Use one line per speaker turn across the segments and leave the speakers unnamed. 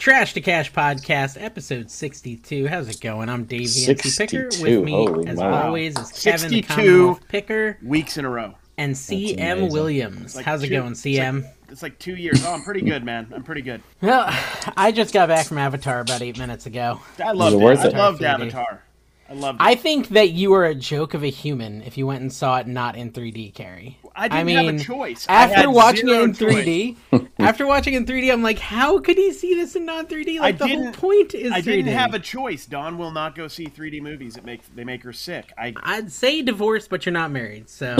Trash to Cash podcast, episode 62. How's it going? I'm Dave Yancey Picker.
62,
With me,
holy
as
moly.
always, is Kevin the
62.
Commonwealth Picker
weeks in a row.
and CM
amazing.
Williams.
Like
How's it
two-
going, CM?
It's like, it's like two years. Oh, I'm pretty good, man. I'm pretty good.
Well, I just got back from Avatar about eight minutes ago.
I loved
it
it.
worth
I
it?
loved
Avatar 3D.
Avatar. I loved it.
I think that you were a joke of a human if you went and saw it not in 3D, Carrie.
I didn't
mean,
have a choice. I had
After watching it
zero
in
choice.
3D, after watching it in 3D, I'm like, how could he see this in not 3D? Like
I
the whole
didn't-
point is
I
3D.
didn't have a choice. Dawn will not go see 3D movies. It make they make her sick. I
I'd say divorced, but you're not married, so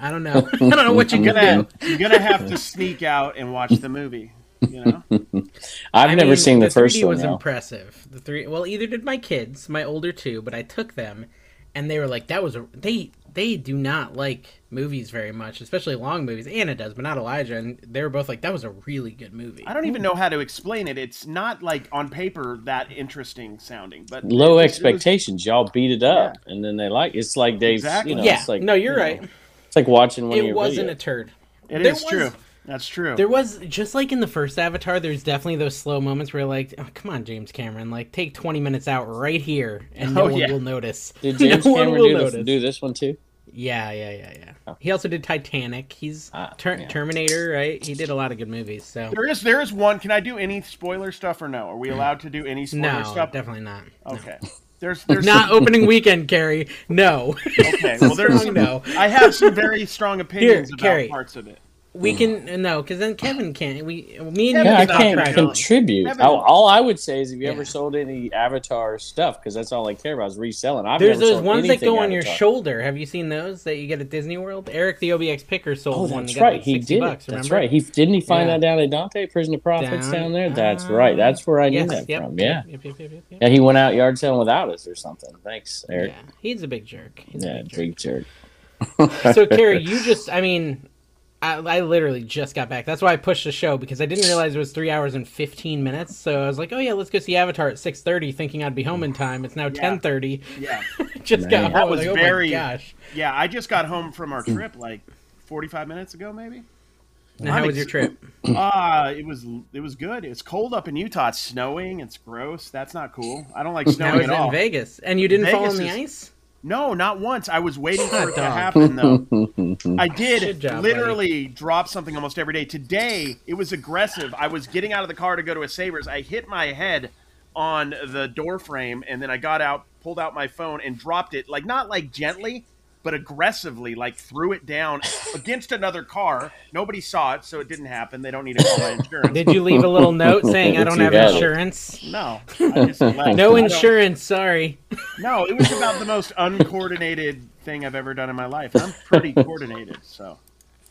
I don't know. I don't know what you
you're
could
gonna
do.
you're gonna have to sneak out and watch the movie. You know,
I've
I
never
mean,
seen the, first
3D
one.
was
though.
impressive. The three, well, either did my kids, my older two, but I took them, and they were like, "That was a they." They do not like movies very much, especially long movies. Anna does, but not Elijah. And they were both like, "That was a really good movie."
I don't even know how to explain it. It's not like on paper that interesting sounding, but
Low
it- it was-
expectations. Y'all beat it up, and then they like. It's like they.
Exactly.
You know,
yeah,
It's like,
no, you're
you know,
right.
It's like watching one of
It
your
wasn't a
videos.
turd.
It
There
is
was-
true. That's true.
There was just like in the first Avatar. There's definitely those slow moments where you're like, oh, "Come on, James Cameron, like take 20 minutes out right here, and no
Oh,
one
yeah.
will notice."
Did James
no one
Cameron
will
do, the,
notice.
do this one too?
Yeah, yeah, yeah, yeah. He also did Titanic. He's
Ah,
Ter-
yeah.
Terminator, right? He did a lot of good movies. So
There is there is one. Can I do any spoiler stuff or no? Are we allowed to do any spoiler
no,
stuff?
definitely not.
Okay. There's there's
Not opening weekend, Carrie. No,
okay. Well, there's
Strong no.
I have some very strong opinions
Here,
about
Carrie.
parts of it.
we can no, because then Kevin can't. We me and
Kevin
you
Yeah, I
can talk
can't
trash.
really. con-
contribute.
Haven't-
All, all I would say is, if you ever
Yeah.
sold any Avatar stuff, because that's all I care about is reselling. I've
There's
never
those
sold
ones that
anything
go on your
Avatar.
shoulder. Have you seen those that you get at Disney World? Eric the OBX picker sold
Oh,
one. and
that's
got, like,
right. He
60
did.
Bucks,
it. That's
remember?
right. He didn't he find
Yeah.
that down at Dante Prison of Prophets down,
Down-
there. That's right. That's where I knew
Yes,
that
yep,
from. Yeah.
yep, yep, yep, yep, yep, yep.
Yeah, he went out yard selling without us or something. Thanks, Eric.
Yeah, he's a big jerk. He's
Yeah,
a big jerk.
big jerk.
so Carrie, you just I mean I, I literally just got back. That's why I pushed the show because I didn't realize it was three hours and fifteen minutes. So I was like, "Oh yeah, let's go see Avatar at six thirty, thinking I'd be home in time. It's now ten thirty.
Yeah.
just got home.
Man.
That
I was
was
like,
very-
Oh my gosh!
Yeah, I just got home from our trip like 45 minutes ago maybe.
Now, how
I'm
was your
ex-
trip?
Ah, it was it was good. It's cold up in Utah. It's snowing. It's gross. That's not cool. I don't like
Now
snowing
it's
at
in
all.
Vegas, and you didn't fall on
Vegas
the ice.
No, not once. I was waiting for it to
dog.
happen though. I
Good
did
job,
literally drop something almost every day. Today it was aggressive. I was getting out of the car to go to a Savers. I hit my head on the door frame and then I got out, pulled out my phone and dropped it like not like gently, but aggressively, like threw it down against another car. Nobody saw it, so it didn't happen. They don't need to call my insurance.
Did you leave a little note saying I don't
You
have
got it.
insurance?
no, I just left.
No
I don't-
insurance. Sorry.
No, it was about the most uncoordinated thing I've ever done in my life. I'm pretty coordinated, so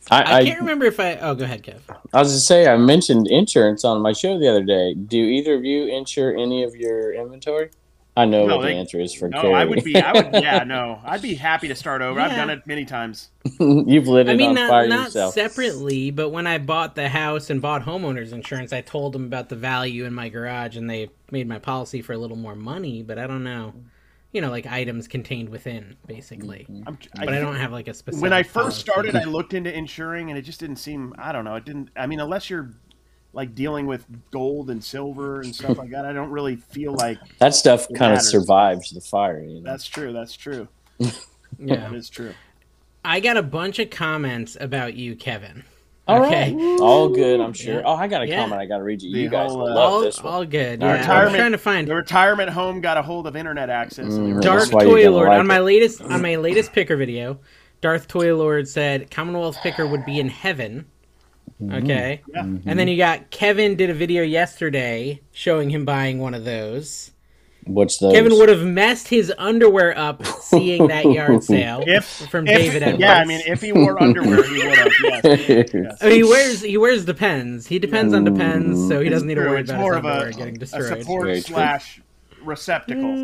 I,
I,
I,
can't remember if I. Oh, go ahead, Kev.
I was to say I mentioned insurance on my show the other day. Do either of you insure any of your inventory? I know
No,
what the
they-
answer is for
No,
Carrie.
I would be. I would. Yeah, no, I'd be happy to start over. I've
Yeah.
done it many times.
You've lit it
I mean,
on
not,
fire
not
yourself.
separately, but when I bought the house and bought homeowners insurance, I told them about the value in my garage, and they made my policy for a little more money. But I don't know, you know, like items contained within, basically.
Mm-hmm.
I'm,
But I don't have like a specific.
When I first
policy.
started, I looked into insuring, and it just didn't seem. I don't know. It didn't. I mean, unless you're like dealing with gold and silver and stuff like that, I don't really feel like
that stuff kind of
matters.
survives the fire. You know?
that's true. That's true.
yeah,
That is true.
I got a bunch of comments about you, Kevin.
All
Okay.
right. All good, I'm sure.
Yeah.
Oh, I got a
Yeah.
comment I got to read you.
The
You guys
whole,
will
uh,
love
all,
this one.
all good.
All
Yeah,
right.
I'm trying to find
the retirement home got a hold of internet access. and they
Mm,
were
that's
Darth
like,
why you
Toy
didn't
Lord
like
on my
it.
latest on my latest picker video. Darth Toy Lord said Commonwealth picker would be in heaven.
Mm-hmm.
Okay.
Yeah.
And then you got Kevin did a video yesterday showing him buying one of those.
What's those?
oh. Kevin would have messed his underwear up seeing that yard sale
If
from
if-
David Edwards.
yeah, I mean, if he wore underwear, he would have. Yes.
I mean, Oh, he wears he wears depends. He depends on depends,
Mm-hmm.
so he doesn't need to
True,
worry
it's
about
more
his
of
underwear
a,
getting
a
destroyed. Mm.
Very
support
true.
slash receptacle. of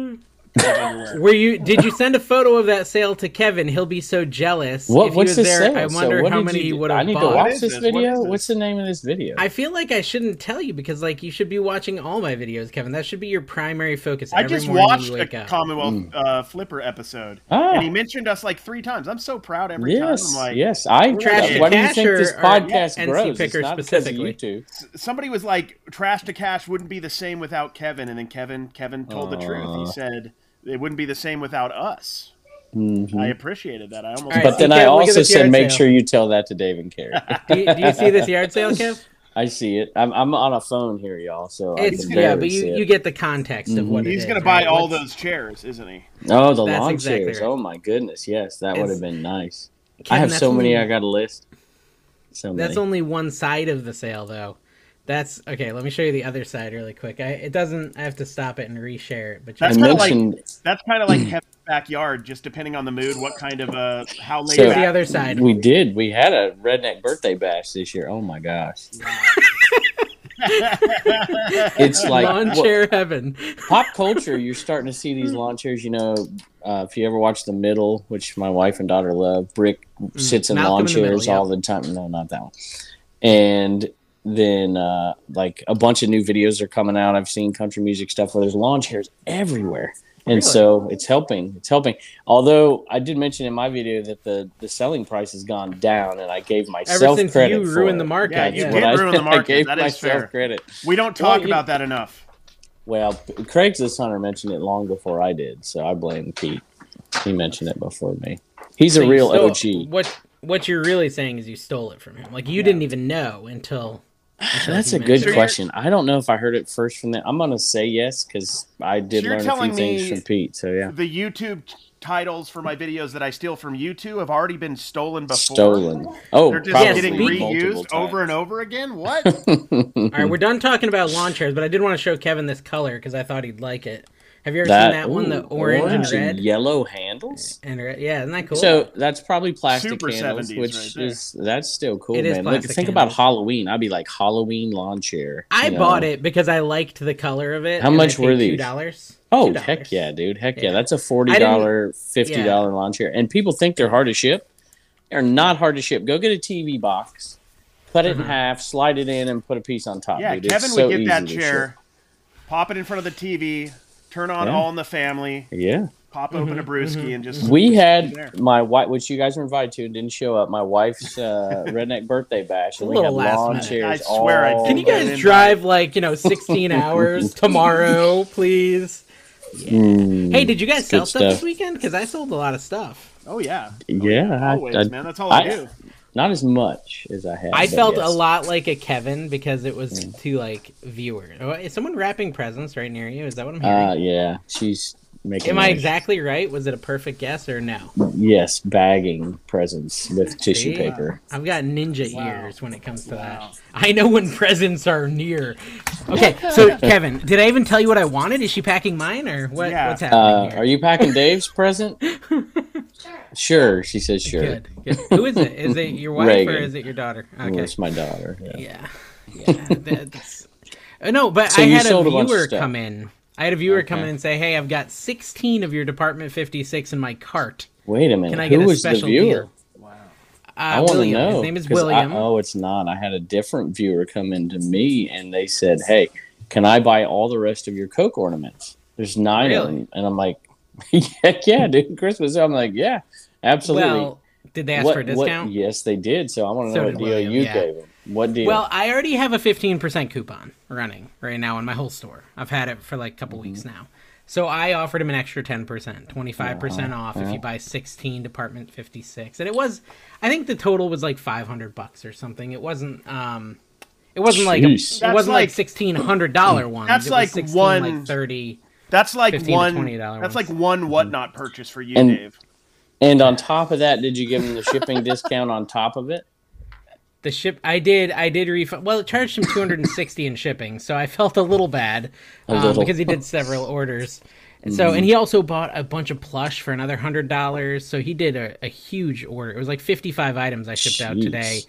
underwear.
Were you? Did you send a photo of that sale to Kevin? He'll be so jealous.
What,
if
what's
he
this
was there,
sale?
I
So
wonder
what
how
did
many
you,
he would
I
have
need
bought.
to
What
watch
is
this
this? What
video.
is this?
What's the name of this video?
I feel like I shouldn't tell you because like you should be watching all my videos, Kevin. That should be your primary focus.
I
every
just
morning
watched
you
a
wake up.
Commonwealth uh, Flipper episode,
Mm. Ah.
and he mentioned us like three times. I'm so proud every
yes,
time. I'm like,
yes. I.
Trash
why
to
do you
Cash
think
or-
this
or
podcast
NC
grows?
Picker
it's not
specifically.
because of you two.
somebody was like, "Trash to cash wouldn't be the same without Kevin," and then Kevin, Kevin told the truth. He said it wouldn't be the same without us. I appreciated that. I almost.
All right,
Mm. But then
Kev,
I
look at
also
this
said,
yard
make
sale.
sure you tell that to Dave and Carrie.
Do you, do you see this yard sale, Kev?
I see it. I'm, I'm on a phone here, y'all. So I
It's
can
yeah,
barely
but
see
you,
it.
you get the context of
Mm-hmm.
what it
He's
is,
gonna buy
right?
all
What's-
those chairs, isn't he?
Oh, the
That's
lawn
exactly
chairs.
right.
Oh my goodness, yes, that would
It's-
have been nice. I
Kevin,
have
that's
so many.
only-
I got a list. So many.
That's only one side of the sale, though. That's okay. Let me show you the other side really quick. I it doesn't. I have to stop it and reshare it. But
I
That's
just,
kinda
mentioned.
like that's kind of like
Mm.
Kevin's backyard, just depending on the mood, what kind of uh, how laid
So-
here's the
back-
other side.
we did. We had a redneck birthday bash this year. Oh my gosh! it's like
lawn
what-
chair heaven.
pop culture. You're starting to see these
Hmm.
lawn chairs. You know, uh, if you ever watch The Middle, which my wife and daughter love, Brick sits in
Hmm. Malcolm
lawn
in the Middle,
chairs all the time. No, not that one. And then uh, like a bunch of new videos are coming out. I've seen country music stuff where there's lawn chairs everywhere. And so it's helping. It's helping. Although I did mention in my video that the, the selling price has gone down, and I gave
Ever
myself
since
credit.
you
for
ruined the
it.
market,
Yeah,
That's
you
what
did
I-
ruin the market.
I gave
That is
myself
fair.
credit.
We don't
Well,
talk
you-
about that enough.
Well, Craigslist Hunter mentioned it long before I did, so I blame Pete. He mentioned it before me. He's a
So you
real
stole-
OG.
What what you're really saying is you stole it from him. Like you didn't even know until. until
That's
he
a good
mentioned it.
question. I don't know if I heard it first from them. I'm gonna say yes because I did
So you're
learn a few
telling
things
me-
from Pete. So yeah,
The YouTube t- titles for my videos that I steal from YouTube have already been stolen before.
stolen. Oh,
They're just
probably
getting
multiple
reused
times.
over and over again. What?
All
Mm-hmm.
right, we're done talking about lawn chairs, but I did want to show Kevin this color because I thought he'd like it. Have you ever seen that one, the
ooh,
orange, and red?
yellow handles.
And red, yeah, isn't that cool?
So that's probably plastic
Super
handles,
70s
which
right there.
is that's still cool,
It is
man. Look,
plastic
think about
handles.
Halloween. I'd be like Halloween lawn chair.
I
you
bought
know?
it because I liked the color of it.
How
and I
much were
paid
these?
Two dollars.
Oh heck yeah, dude! Heck yeah,
Yeah.
that's a forty dollar, fifty dollar
yeah.
lawn chair, and people think they're hard to ship. They're not hard to ship. Go get a TV box, cut it in half, slide it in, and put a piece on top.
Mm-hmm. Yeah,
dude. It's
Kevin
so
would
easy
get that
to ship.
chair, pop it in front of the TV, turn on
Yeah.
All in the Family,
Yeah,
pop open
Mm-hmm,
a brewski, and just
we
there.
had my wife, which you guys were invited to, and didn't show up. My wife's uh, redneck birthday bash, and we
Little
had
last
lawn
minute.
chairs.
I swear I
all
did.
Can you
Well,
guys
then-
drive like you know sixteen hours tomorrow, please?
Hmm.
Hey, did you guys sell
good
stuff, this
stuff.
weightbecause I sold a lot of stuff.
Oh yeah,
Yeah, I-
always
I-
man. That's all I,
I-
do.
not as much as I had.
I
but
felt
yes. Mm.
a lot like a Kevin because it was to like viewer. Oh, Is someone wrapping presents right near you? Is that what I'm hearing?
Uh, yeah, she's making.
Am I
noise.
exactly right? Was it a perfect guess or no?
Yes, bagging presents with tissue
See?
paper.
I've got ninja ears when it comes to that. I know when presents are near. Okay, so Kevin, did I even tell you what I wanted? Is she packing mine or what,
Yeah.
what's
Uh,
happening here?
are you packing Dave's present? sure, she says sure.
good? good. Who is it? Is it your wife or
Reagan.
is it your daughter?
Well,
Okay.
It's my daughter. yeah.
Yeah. Yeah. That's... Uh, No, but
So
I
you
had a
sold a bunch of
viewer
stuff.
come in. I had a viewer come in and say, "Hey, I've got 16 of your Department 56 in my cart.
Wait a minute.
Can I
Who
get a
was the
special
viewer?
deal?" Wow. Uh,
I want to
William.
know.
His name is
'cause I-
William.
oh, it's not. I had a different viewer come into me and they said, "Hey, can I buy all the rest of your Coke ornaments? There's nine of
Really?
them." And I'm like, "Yeah, yeah, dude, Christmas." I'm like, "Yeah, absolutely."
Well, did they ask for a discount?
yes, they did. So I want to
So
know
did
what deal
William,
you
yeah.
gave them. What deal?
Well, I
Mm-hmm.
already have a 15% coupon running right now in my whole store. I've had it for like a couple weeks now. So I offered him an extra 10%, 25% off if you buy 16 Department 56. And it was I think the total was like 500 bucks or something. It wasn't um it wasn't like a,
Jeez.
it
That's
wasn't like
like-
$1600 ones.
that's
it was
like
16,
one-
like 30.
That's like
15 to
one.
$20
That's
ones.
like one whatnot purchase for you,
Mm-hmm. And-
Dave.
And on top of that, did you give him the shipping discount on top of it?
The ship I did I did refund well it charged him 260 in shipping, so I felt a little bad um,
little.
because he did several orders. And so and he also bought a bunch of plush for another hundred dollars. So he did a, a huge order. It was like 55 items I shipped out
Jeez.
today,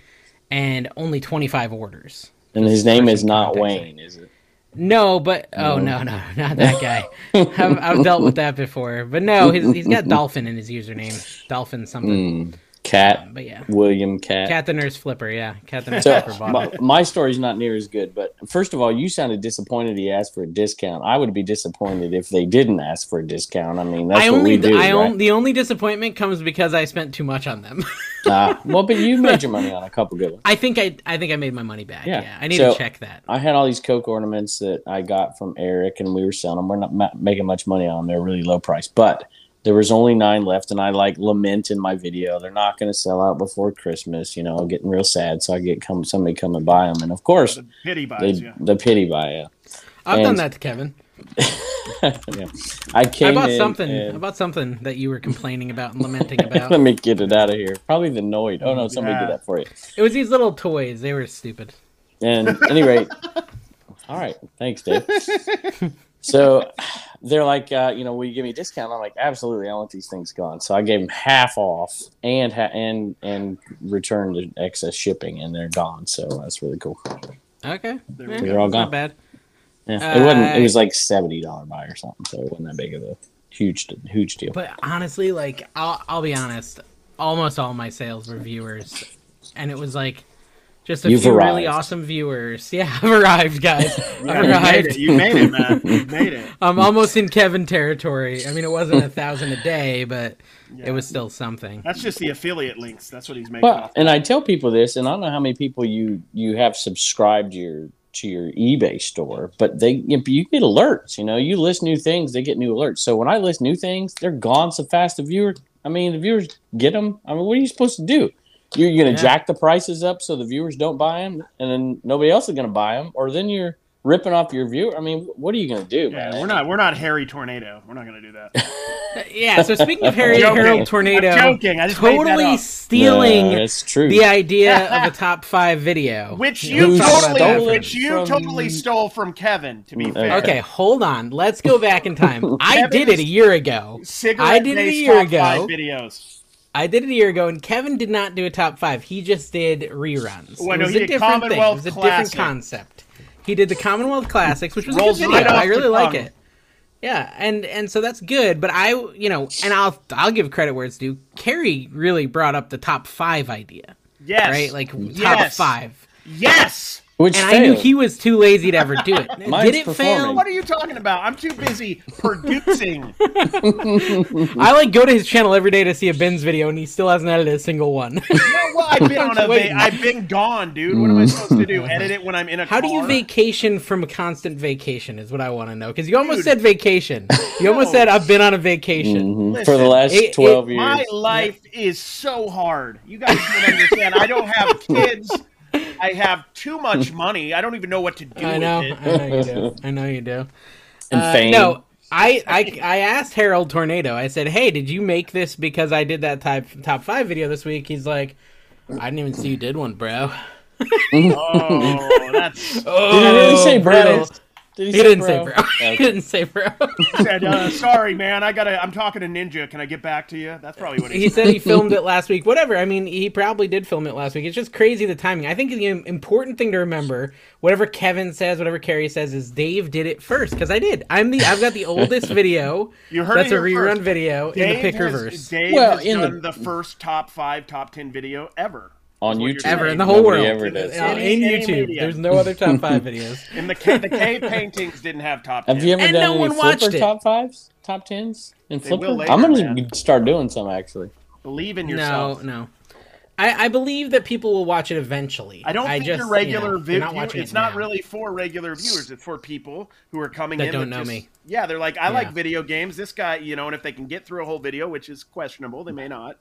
and only 25 orders.
And his name is not
context.
Wayne, is it?
No, but oh no, no, not that guy. I've, I've dealt with that before. But no, he's, he's got dolphin in his username, dolphin something.
Hmm. Cat
But yeah,
William Cat.
cat the nurse flipper. Yeah, cat the nurse
So
flipper. Bought
my,
it.
my story's not near as good, but first of all, you sounded disappointed he asked for a discount. I would be disappointed if they didn't ask for a discount. I mean, that's
I
what
only,
we do.
I
right?
on, the only disappointment comes because I spent too much on them.
Ah, well, but you made your money on a couple good ones.
I think I, I think I made my money back.
Yeah.
Yeah, I need
So-
to check that.
I had all these Coke ornaments that I got from Eric, and we were selling them. We're not ma- making much money on them; they're really low price. But there was only nine left, and I like lament in my video. They're not going to sell out before Christmas. You know, I'm getting real sad, so I get come somebody come and buy them, and of course, they,
Pity buys. Yeah.
the pity buy. Yeah,
I've
and-
done that to Kevin.
yeah. I came.
I bought
in
something.
and-
I bought something that you were complaining about and lamenting
let
about.
me get it out of here. Probably the Noid. Oh no, somebody
Yeah.
did that for you.
it was these little toys. They were stupid.
And anyway, all right, thanks, Dave. So they're like, uh, you know, will you give me a discount? I'm like, absolutely, I want these things gone. So I gave them half off and ha- and and returned the excess shipping, and they're gone. So that's really cool.
Okay,
we
Eh,
go. They're all gone.
Not bad.
Yeah, it wasn't. It
Uh,
was like seventy dollar buy or something. So it wasn't that big of a huge huge deal.
But honestly, like I'll I'll be honest, almost all my sales were viewers, and it was like just a
You've
few really
arrived.
awesome viewers. Yeah, I've arrived, guys. I've
You made
arrived.
it. You made it, man. You made it.
I'm almost in Kevin territory. I mean, it wasn't a thousand a day, but it was still something.
That's just the affiliate links. That's what he's making.
Well,
off.
and I tell people this, and I don't know how many people you you have subscribed to your to your eBay store, but they you get alerts. You know, you list new things, they get new alerts. So when I list new things, they're gone so fast. The viewer, I mean, the viewers get them. I mean, what are you supposed to do? You're going to
Yeah.
jack the prices up so the viewers don't buy them, and then nobody else is going to buy them, or then you're ripping off your viewer. I mean, what are you going to do?
Yeah,
man?
we're not we're not Harry Tornado. We're not gonna do that.
Yeah. So speaking of Harry
Joking.
Harold Tornado,
I'm joking. I just made that
totally
up.
stealing
No, that's true.
the idea of a top five video,
Which
know,
you
Who
that's what I thought.
totally
stole it
which you
from-
totally stole from Kevin, to
Mm,
be fair.
Okay, hold on. Let's go back in time. I did it a year ago.
Cigarette
I did it a year ago.
videos.
I did it a year ago, and Kevin did not do a top five. He just did reruns.
Well,
it
no,
was
he
a
did
different thing. It
Commonwealth
was a different
Classic.
concept. He did the Commonwealth Classics, which was
Rolls
a good
right
video.
off
I really
the
like
tongue.
it. Yeah, and and so that's good. But I, you know, and I'll I'll give credit where it's due. Carrie really brought up the top five idea,
Yes.
right? Like top
Yes.
five.
Yes.
Which
And I knew
failed.
he was too lazy to ever do it.
Mine's
did it fail?
performing.
What are you talking about? I'm too busy producing.
I like go to his channel every day to see a Ben's video, and he still hasn't edited a single one.
well, I've been on a va-
waiting.
I've been gone, dude. What am I supposed to
Mm.
do? Edit it when I'm in a
How do you
car?
vacation from a constant vacation? Is what I want to know. Because you almost said vacation. You almost said I've been on a vacation.
Mhm. for the
Listen,
last
it- it-
twelve years.
My life is so hard. You guys don't understand. I don't have kids. I have too much money. I don't even know what to do
I know.
with it.
I know you do. I know you do.
and
Uh,
fame.
no, I, I I asked Harold Tornado. I said, "Hey, did you make this because I did that type top five video this week?" He's like, "I didn't even see you did one, bro."
Oh, that's
Oh,
Did he really say bro? Did
He didn't say bro.
Okay.
he didn't say bro.
said, uh, sorry, man. I gotta. I'm talking to Ninja. Can I get back to you? That's probably what he
he
said.
said he filmed it last week. Whatever. I mean, he probably did film it last week. It's just crazy the timing. I think the im- important thing to remember, whatever Kevin says, whatever Carrie says, is Dave did it first because I did. I'm the I've got the oldest video.
You heard
that's
it
a
here
rerun
first.
video in the
Dave
picker
has-
verse.
Dave
Well,
has
in the-
done the... first top five, top ten video ever
on
Is what you're
YouTube.
Ever in
saying.
the whole
Nobody
world,
ever does
Uh, in
that.
Any- any
YouTube,
media.
there's no other top five videos.
And the K, the K paintings didn't have top. 10.
Have you ever
And
done
no
any
one watched
flipper
it.
top fives, top tens, and
They will
flipper?
later,
I'm gonna
man.
start doing some actually.
believe in
No,
yourself?
no. I, I believe that people will watch it eventually.
I don't think
just,
your
you
regular
know,
vi-
they're not
view-
watching
It's
it
not
now.
really for regular viewers. It's for people who are coming
That
in
don't
that
know
just-
me.
Yeah, they're like, I
Yeah.
like video games. This guy, you know, and if they can get through a whole video, which is questionable, they may not.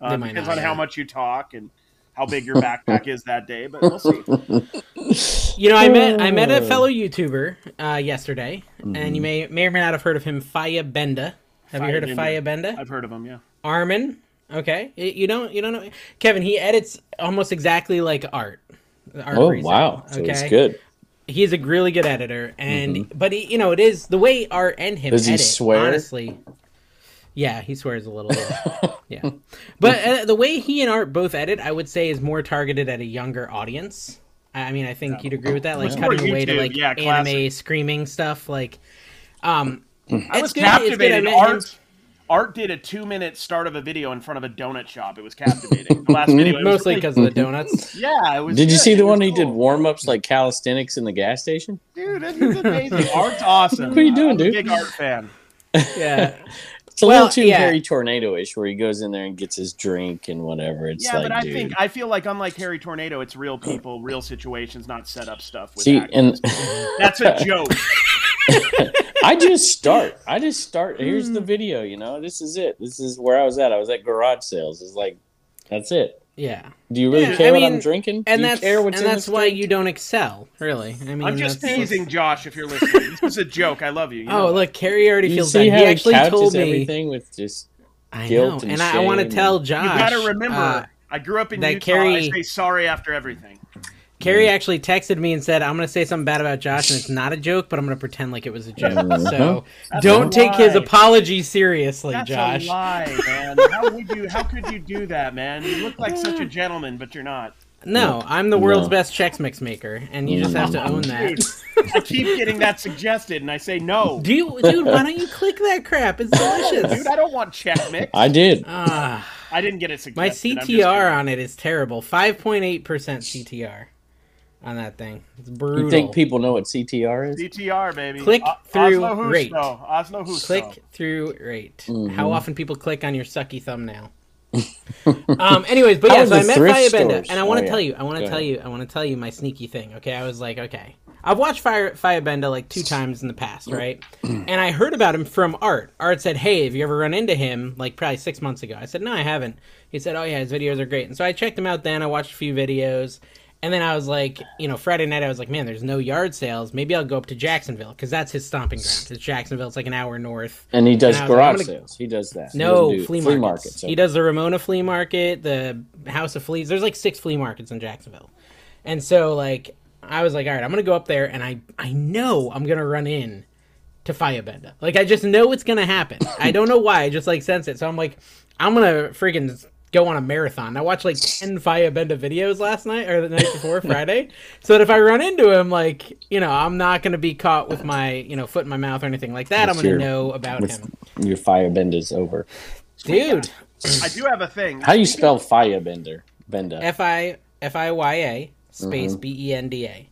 Uh,
They might
depends
not,
on
yeah.
how much you talk and how big your backpack is that day, but we'll see.
You know, I met I met a
Oh.
fellow YouTuber uh, yesterday,
Mm-hmm.
and you may may or may not have heard of him, Faya Benda. Have you
Faya
heard of
Benda.
Faya Benda?
I've heard of them. Yeah,
Armin. Okay, Y- you don't you don't know Kevin. He edits almost exactly like art. Art
Oh
Friesen,
wow, so it's good.
He's a really good editor, and but he, you know it is the way art and him.
Mm-hmm. Does he
edit,
swear?
Honestly, yeah, he swears a little. yeah, but uh, the way he and art both edit, I would say, is more targeted at a younger audience. I I mean, I think you'd agree with that. Like
It's more
cutting away to
YouTube,
like
yeah,
anime
classic.
screaming stuff. Like, um,
I
Hmm.
it's
was
good- it's good. I
captivated.
met him-
Art Art did a two minute start of a video in front of a donut shop. It was captivating. The last video, it was
mostly
really-
because
Mm-hmm.
of the donuts.
yeah, it was.
Did you
good.
see the
It was
one he did
cool.
warm ups like calisthenics in the gas station?
Dude, this is amazing. Art's awesome.
What are you doing,
I'm a
dude?
Big art fan.
yeah.
It's a
Well,
little too
yeah.
Harry Tornado ish, where he goes in there and gets his drink and whatever. It's
Yeah,
like,
but I
dude.
think I feel like unlike Harry Tornado, it's real people, real situations, not set up stuff. With
See, and
actors. that's a joke.
I just start. I just start. Here's
Hmm.
the video. You know, this is it. This is where I was at. I was at garage sales. It's like, that's it.
Yeah.
Do you really
Yeah,
care
I
what I'm
mean,
drinking? Do
and
you
that's
care what's
and
in
that's
this
why
drink?
you don't excel, really. I mean,
I'm just
that's-
teasing, Josh. If you're listening, this is a joke. I love you. you
Oh,
know.
look, Carrie already
You
feels bad.
see how
He actually
couches
told me.
everything with just
I know,
guilt and
and I, want to
shame
tell
and-
Josh.
you got to remember,
uh,
I grew up in
that
Utah.
Carrie-
I say sorry after everything.
Carrie actually texted me and said, "I'm going to say something bad about Josh, and it's not a joke, but I'm going to pretend like it was a joke." so don't
Uh-huh. a lie.
take his apology seriously,
That's
Josh.
a lie, man. How would you? How could you do that, man? You look like such a gentleman, but you're not.
No, I'm the world's
No.
best checks mix maker, and you just have to own that.
Dude, I keep getting that suggested, and I say no.
Do you, dude? Why don't you click that crap? It's delicious.
Dude, I don't want check mix.
I did.
Ah.
I didn't get it suggested.
My
I'm just
CTR on it is terrible. Five point eight percent CTR on that thing. It's brutal.
You think people know what CTR is?
kidding. CTR, baby.
Click
O-
through
Oslo
rate.
Husto. Oslo Husto.
click through rate?
Mm-hmm.
How often people click on your sucky thumbnail? um. Anyways, but
How
yeah,
are
so I
the
met
thrift
Fire Benda,
stores?
and I want
Oh,
to
yeah.
tell you, I want
Go
to tell
ahead.
you, I want to tell you my sneaky thing. Okay, I was like, okay, I've watched Fire Fire Benda like two times in the past, right? and I heard about him from Art. Art said, hey, have you ever run into him? Like probably six months ago. I said, no, I haven't. He said, oh yeah, his videos are great. And so I checked him out. Then I watched a few videos. And then I was like, you know, Friday night I was like, man, there's no yard sales. Maybe I'll go up to Jacksonville because that's his stomping ground. It's Jacksonville. It's like an hour north.
And he does
And I was like,
garage
I'm gonna-
sales. He does that. He
No
doesn't do
flea,
flea
markets.
markets. so-
He does the Ramona flea market, the House of Fleas. There's like six flea markets in Jacksonville, and so like I was like, all right, I'm gonna go up there, and I I know I'm gonna run in to Firebender. Like I just know it's gonna happen. I don't know why. I just like sense it. So I'm like, I'm gonna freaking go on a marathon. I watched like ten Firebender videos last night or the night before Friday, so that if I run into him, like you know, I'm not gonna be caught with my you know foot in my mouth or anything like that. I'm
With
gonna
your-
know about
with-
him,
Your firebender's over.
dude.
I do have a thing.
How do you spell firebender? Benda.
F I F I Y A space B E N D A.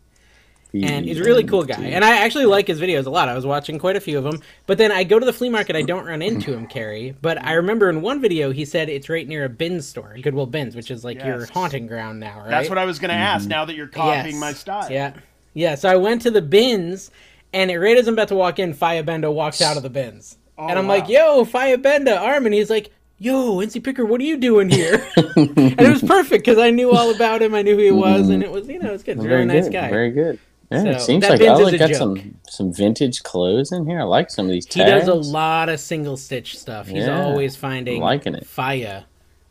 And he's a really cool guy. And I actually like his videos a lot. I was watching quite a few of them. But then I go to the flea market. I don't run into him, Carrie. But I remember in one video, he said it's right near a bin store, Goodwill Bins, which is like your
Yes.
haunting ground now, right?
That's what I was going to
Mm-hmm.
ask. Now that you're copying my style,
Yeah. Yeah. So I went to the bins, and it, right as I'm about to walk in, Firebendo walks out of the bins. and I'm
Oh, wow.
like, yo, Firebendo, Arm. And he's like, yo, NC Picker, what are you doing here? and it was perfect because I knew all about him. I knew who he was, and it was, you know, it's good. Very, nice
good.
guy.
Mm-hmm. Very good. Yeah,
So,
it seems
that
like
Benz is
Alec
a
got
joke.
some some vintage clothes in here. I like some of these
He
tags.
does a lot of single stitch stuff. He's
Yeah.
always finding
Liking it.
fire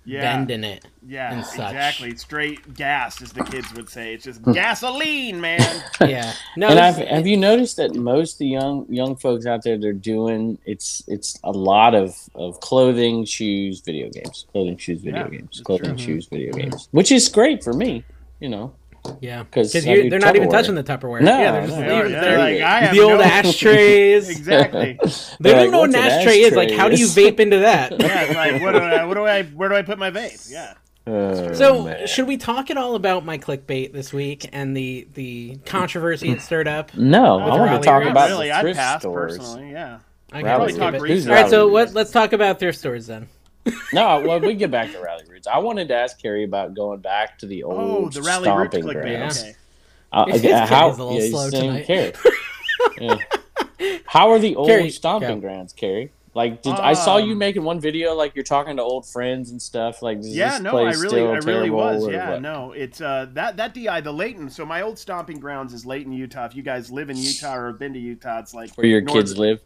yeah,
bending it.
yeah,
and such.
exactly. Straight gas, as the kids would say. It's
Hmm.
just gasoline, man.
Yeah. No,
And I've,
it's-
have you noticed that most of the young young folks out there they're doing it's it's a lot of of clothing, shoes, video games, clothing, shoes, video
Yeah,
games,
that's Mm-hmm.
clothing, shoes, video games, which is great for me, you know.
yeah,
'cause
because
I do
they're not even
Tupperware.
touching the Tupperware.
No,
yeah, they're just
no,
They
leaving
are,
it
yeah,
there.
like, I have
the old
no-
ashtrays.
Exactly.
They
They're
don't
like,
know what an
"What's an
ashtray is. Like,
ashtray
how do you
is?"
vape into that?
Yeah, it's like what do I, what do I, where do I put my vape? Yeah.
Uh,
so, should we talk at all about my clickbait this week and the the controversy it stirred up?
no, I want
Raleigh
to talk
Reed.
about
really,
the
I'd
thrift
pass
stores.
personally. Yeah.
I
Raleigh
Probably
Reed.
talk
Who's
All right,
research.
so
Raleigh
what, let's talk about thrift stores then.
no, well, we get back to rally roots. I wanted to ask Carrie about going back to the old
Oh, the rally root
stomping
clickbait.
grounds.
Okay.
Uh,
His- his
uh, how,
Carrie's a little
yeah,
slow
same
tonight.
Carrie. Yeah. How are the old
Carrie,
stomping
yeah.
grounds, Carrie? Like, did I saw you
Um,
making one video? Like, you're talking to old friends and stuff. Like, is
yeah,
this
no, I
place
really,
still
I really
terrible
was.
or
Yeah,
what?
no, it's uh, that that DI, the Layton. So my old stomping grounds is Layton, Utah. If you guys live in Utah or have been to Utah, it's like
Where your
north-
kids live?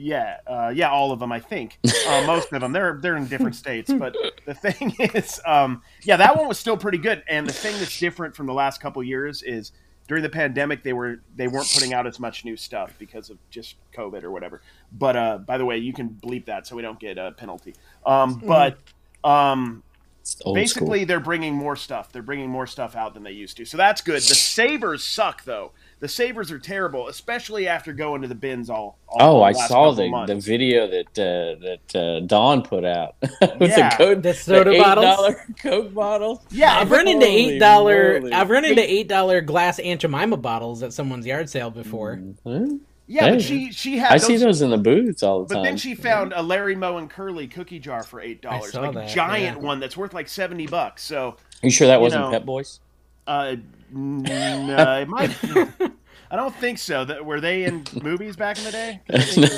Yeah, uh, yeah, all of them. I think uh, most of them. They're they're in different states, but the thing is, um, yeah, that one was still pretty good. And the thing that's different from the last couple years is during the pandemic they were they weren't putting out as much new stuff because of just COVID or whatever. But uh, by the way, you can bleep that so we don't get a penalty. Um, but um,
It's Mm-hmm. old
basically they're bringing more stuff they're bringing more stuff out than they used to so that's good the sabers suck though the sabers are terrible especially after going to the bins all, all
School. Oh,
the
I
last
saw
couple
the,
months.
the video that uh, that uh, Dawn put out with
Yeah.
the code
The soda bottles?
$8 Coke bottles.
yeah
I've
but-
run into
Holy
eight dollar.
moly.
I've run into eight dollar glass Aunt Jemima bottles at someone's yard sale before.
Hmm?
yeah
Hey.
but she she had
I
those,
see those in the booths all the
but
time.
then she found a larry moe and curly cookie jar for eight dollars
saw
like
that,
giant
yeah.
one that's worth like 70 bucks so
Are you sure that wasn't
know,
Pet Boys?
uh, n- uh it might i don't think so that were they in movies back in the day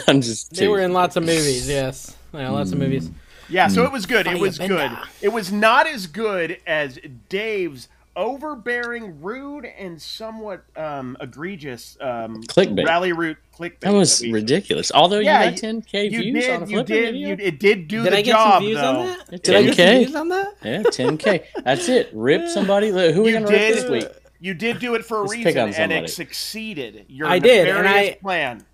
I'm just.
They were
teasing.
in lots of movies. Yes, yeah, lots of
Hmm.
movies.
Yeah, so it was good. It was
Firebender.
good. It was not as good as Dave's overbearing, rude, and somewhat um, egregious um,
Clickbait.
rally route clickbait.
That was
we-
ridiculous. Although
Yeah,
you got 10k
You
views
did.
on a
you
flipping
did.
video.
You, it did do
Did
the
I get
job,
some views
though.
on that? Did I get
10K.
some views on that?
Yeah, 10k. That's it. Rip somebody. Look, Who are we
You
gonna rip
did.
this week?
You did do it for a
Let's pick on
reason, and
somebody.
it succeeded. Your
I did, and
nefarious
I-
plan.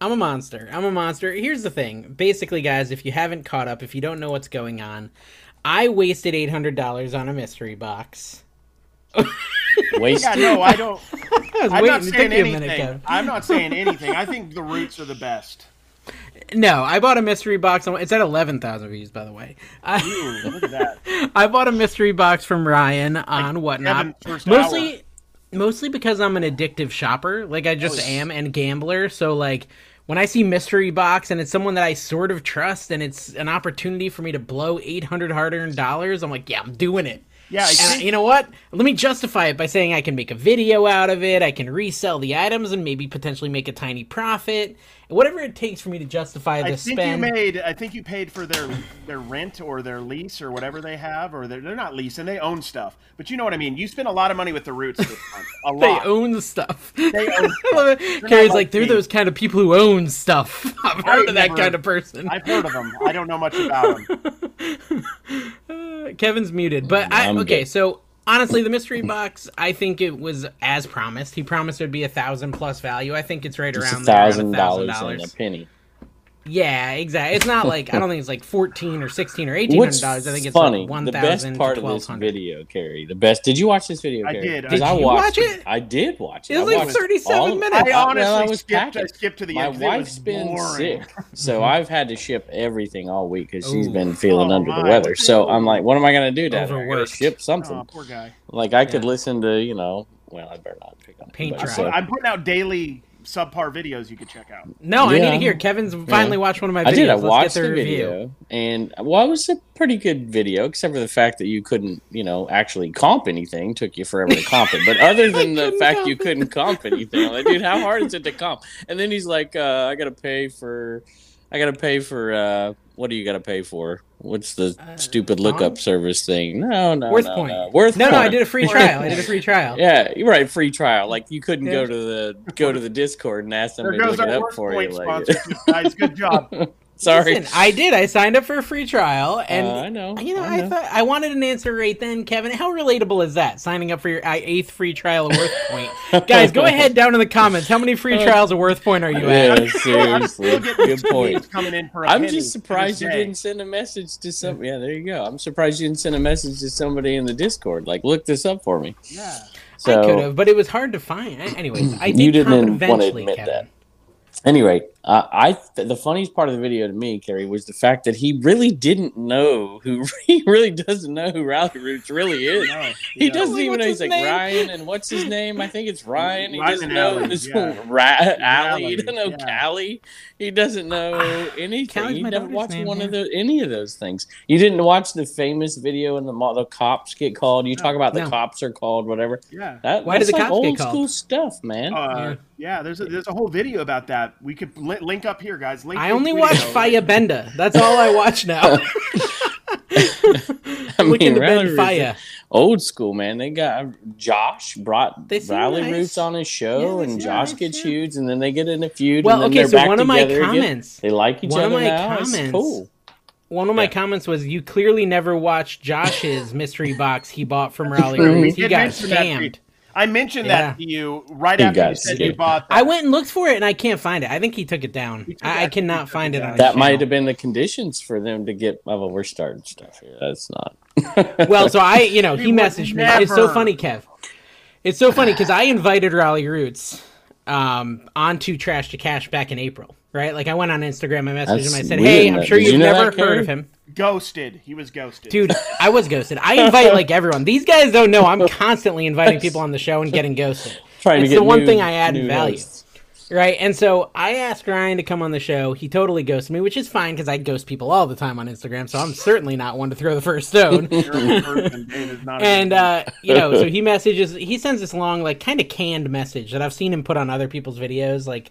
I'm a monster. I'm a monster. Here's the thing. Basically, guys, if you haven't caught up, if you don't know what's going on, I wasted $800 on a mystery box.
Waste.
Yeah, no, I don't.
I was
I'm
waiting
not
to take
saying
you a minute,
anything.
Kev.
I'm not saying anything. I think the roots are the best.
No, I bought a mystery box. on- It's at 11,000 views, by the way. I,
Ooh, look at that.
I bought a mystery box from Ryan on Whatnot.
Kevin, first
Mostly,
hour.
mostly because I'm an addictive shopper. Like, I just am, and gambler. So, like, when I see mystery box and it's someone that I sort of trust and it's an opportunity for me to blow 800 hard-earned dollars, I'm like, yeah, I'm doing it.
Yeah, I
And I-
think
you know what? Let me justify it by saying I can make a video out of it. I can resell the items and maybe potentially make a tiny profit. Whatever it takes for me to justify
I
the
think
spend.
you made. I think you paid for their their rent or their lease or whatever they have, or they're, they're not leasing. They own stuff, but you know what I mean. You spent a lot of money with the Roots this month. A
they
lot.
own the stuff.
own
Carrie's
like
like, they're
me."
those kind of people who own stuff. I'm
I
heard of that
never-
kind of person.
I've heard of them. I don't know much about them.
Kevin's muted, but I
I'm
okay.
good.
So honestly, the mystery box, I think it was as promised. He promised it'd be a thousand plus value. I think it's right
It's a
around there at
thousand dollars and a penny.
Yeah, exactly. It's not like I don't think it's like fourteen or sixteen or eighteen
What's
hundred dollars. I think it's
funny?
like one
the best
thousand
part
to
of this
twelve hundred.
video, Carrie. The best. Did you watch this video?
I
Carrie?
did.
'Cause
Did
I
you
watched
watch it?
I did watch it.
It was
I
like
watched
37
all-
minutes. I
well,
honestly
was
skipped- I
packing.
skipped to the
My
end 'cause it was
wife's been
boring. Mm-hmm.
sick, so I've had to ship everything all week because she's been feeling
Oh,
under the
my.
weather. So I'm like, what am I gonna do? Dad?
Those are
I gotta
worse.
Ship something.
Oh, poor guy.
Like I could listen to, you know, well, I better not pick on
Paint
anybody,
dry.
So
so-
I'm putting out daily subpar videos you could check out.
No, I need
Yeah.
to hear. Kevin's finally watched one of my videos.
I did. I
Let's get
watched the
their review.
video, and well, it was a pretty good video, except for the fact that you couldn't, you know, actually comp anything. Took you forever to comp it. But other than the
couldn't
fact
comp
you couldn't comp anything, I'm like, dude, how hard is it to comp? And then he's like, uh, I gotta pay for, I gotta pay for, uh, what do you gotta pay for? What's the stupid lookup
Comp?
service thing? No, no,
Uh, Worth
no,
point.
no. Worth
No, no, I
Point.
did a free trial. I did a free trial.
Yeah, you're right. Free trial. Like you couldn't go to the go to the Discord and ask
There
somebody to
goes
look it
our
up
work
for you.
point
Like,
sponsorship, guys. Good job.
sorry,
Listen, I did. I signed up for a free trial, and
Uh, I know,
You know,
I
I,
know.
thought I wanted an answer right then, Kevin. How relatable is that? Signing up for your uh, eighth free trial of Worth Point, guys. Go ahead down in the comments. How many
Uh,
free trials of Worth Point are you at?
yeah, seriously, good point.
It's coming in for a
I'm
penny
just
to this
surprised you
day.
didn't send a message to some. Yeah, there you go. I'm surprised you didn't send a message to somebody in the Discord. Like, look this up for me.
Yeah.
So,
I could have, but it was hard to find. I- Anyways, I did
You didn't
comp
wanna
eventually,
admit
Kevin.
that. anyway, Uh, I th- the funniest part of the video to me, Kerry, was the fact that he really didn't know who he really doesn't know who Rowdy Roots really is.
No,
He
no.
doesn't even
What's
know he's
his
like
name?
Ryan and what's his name? I think it's Ryan. He
Ryan
doesn't
and
know
Allie,
his
yeah.
Ra- Allie. He
Allie,
doesn't know
yeah.
Callie. He doesn't know anything.
Callie's
He
my
never
daughter's
watched
name,
one of
yeah.
those any of those things. You didn't watch the famous video and the mo- the cops get called. You talk about the
Oh, no.
cops are called, whatever.
Yeah.
That,
Why did the
that's like
cops get
old
called?
school stuff, man.
Uh,
Yeah.
yeah. there's a, there's a whole video about that. We could li- link up here, guys. Link
I
to the
only
video.
watch Faya Benda. That's all I watch now.
I
Looking to
Rally
Ben
Roots-
Faya.
old school, man. They got uh, Josh brought
They seem
Rally
nice.
Roots on his show,
Yeah, they
and
seem
Josh
nice,
gets
yeah.
huge, and then they get in a feud.
Well,
and then
okay,
they're
so
back
one of my
together again.
comments-
they like each
one
other
of my
now. It's
comments-
cool.
One of my
Yeah.
comments was, "You clearly never watched Josh's mystery box he bought from Raleigh Roots. He
did
got
mention that to you.
scammed."
I mentioned
Yeah.
that to you right
He
after
got
you said
scammed.
you bought that.
I went and looked for it, and I can't find it. I think he took it down.
took it-
I,
I
I
think he took
cannot
it
find it
down.
on.
That
his
might
channel.
have been the conditions for them to get. Oh, well, we're starting stuff here. That's not.
well, so I, you know,
We
he,
would
messaged me. It's so
never.
funny, Kev. It's so funny because I invited Raleigh Roots um, onto Trash to Cash back in April, right? Like I went on Instagram, I messaged
That's
him, I said,
weird,
"Hey, I'm
man.
sure
Did
you've
you know
never
that,
heard
Kerry?
of him,
ghosted. He was ghosted.
dude." I was ghosted. I invite like everyone. These guys don't know I'm constantly inviting people on the show and getting ghosted.
Trying
it's
to get
the one
new-
thing I add in
new
value.
hosts.
Right. And so I asked Ryan to come on the show. He totally ghosted me, which is fine because I ghost people all the time on Instagram. So I'm certainly not one to throw the first stone.
You're a good person, Dave is not a
and
good person.
uh, you know, so he messages, he sends this long, like kind of canned message that I've seen him put on other people's videos. Like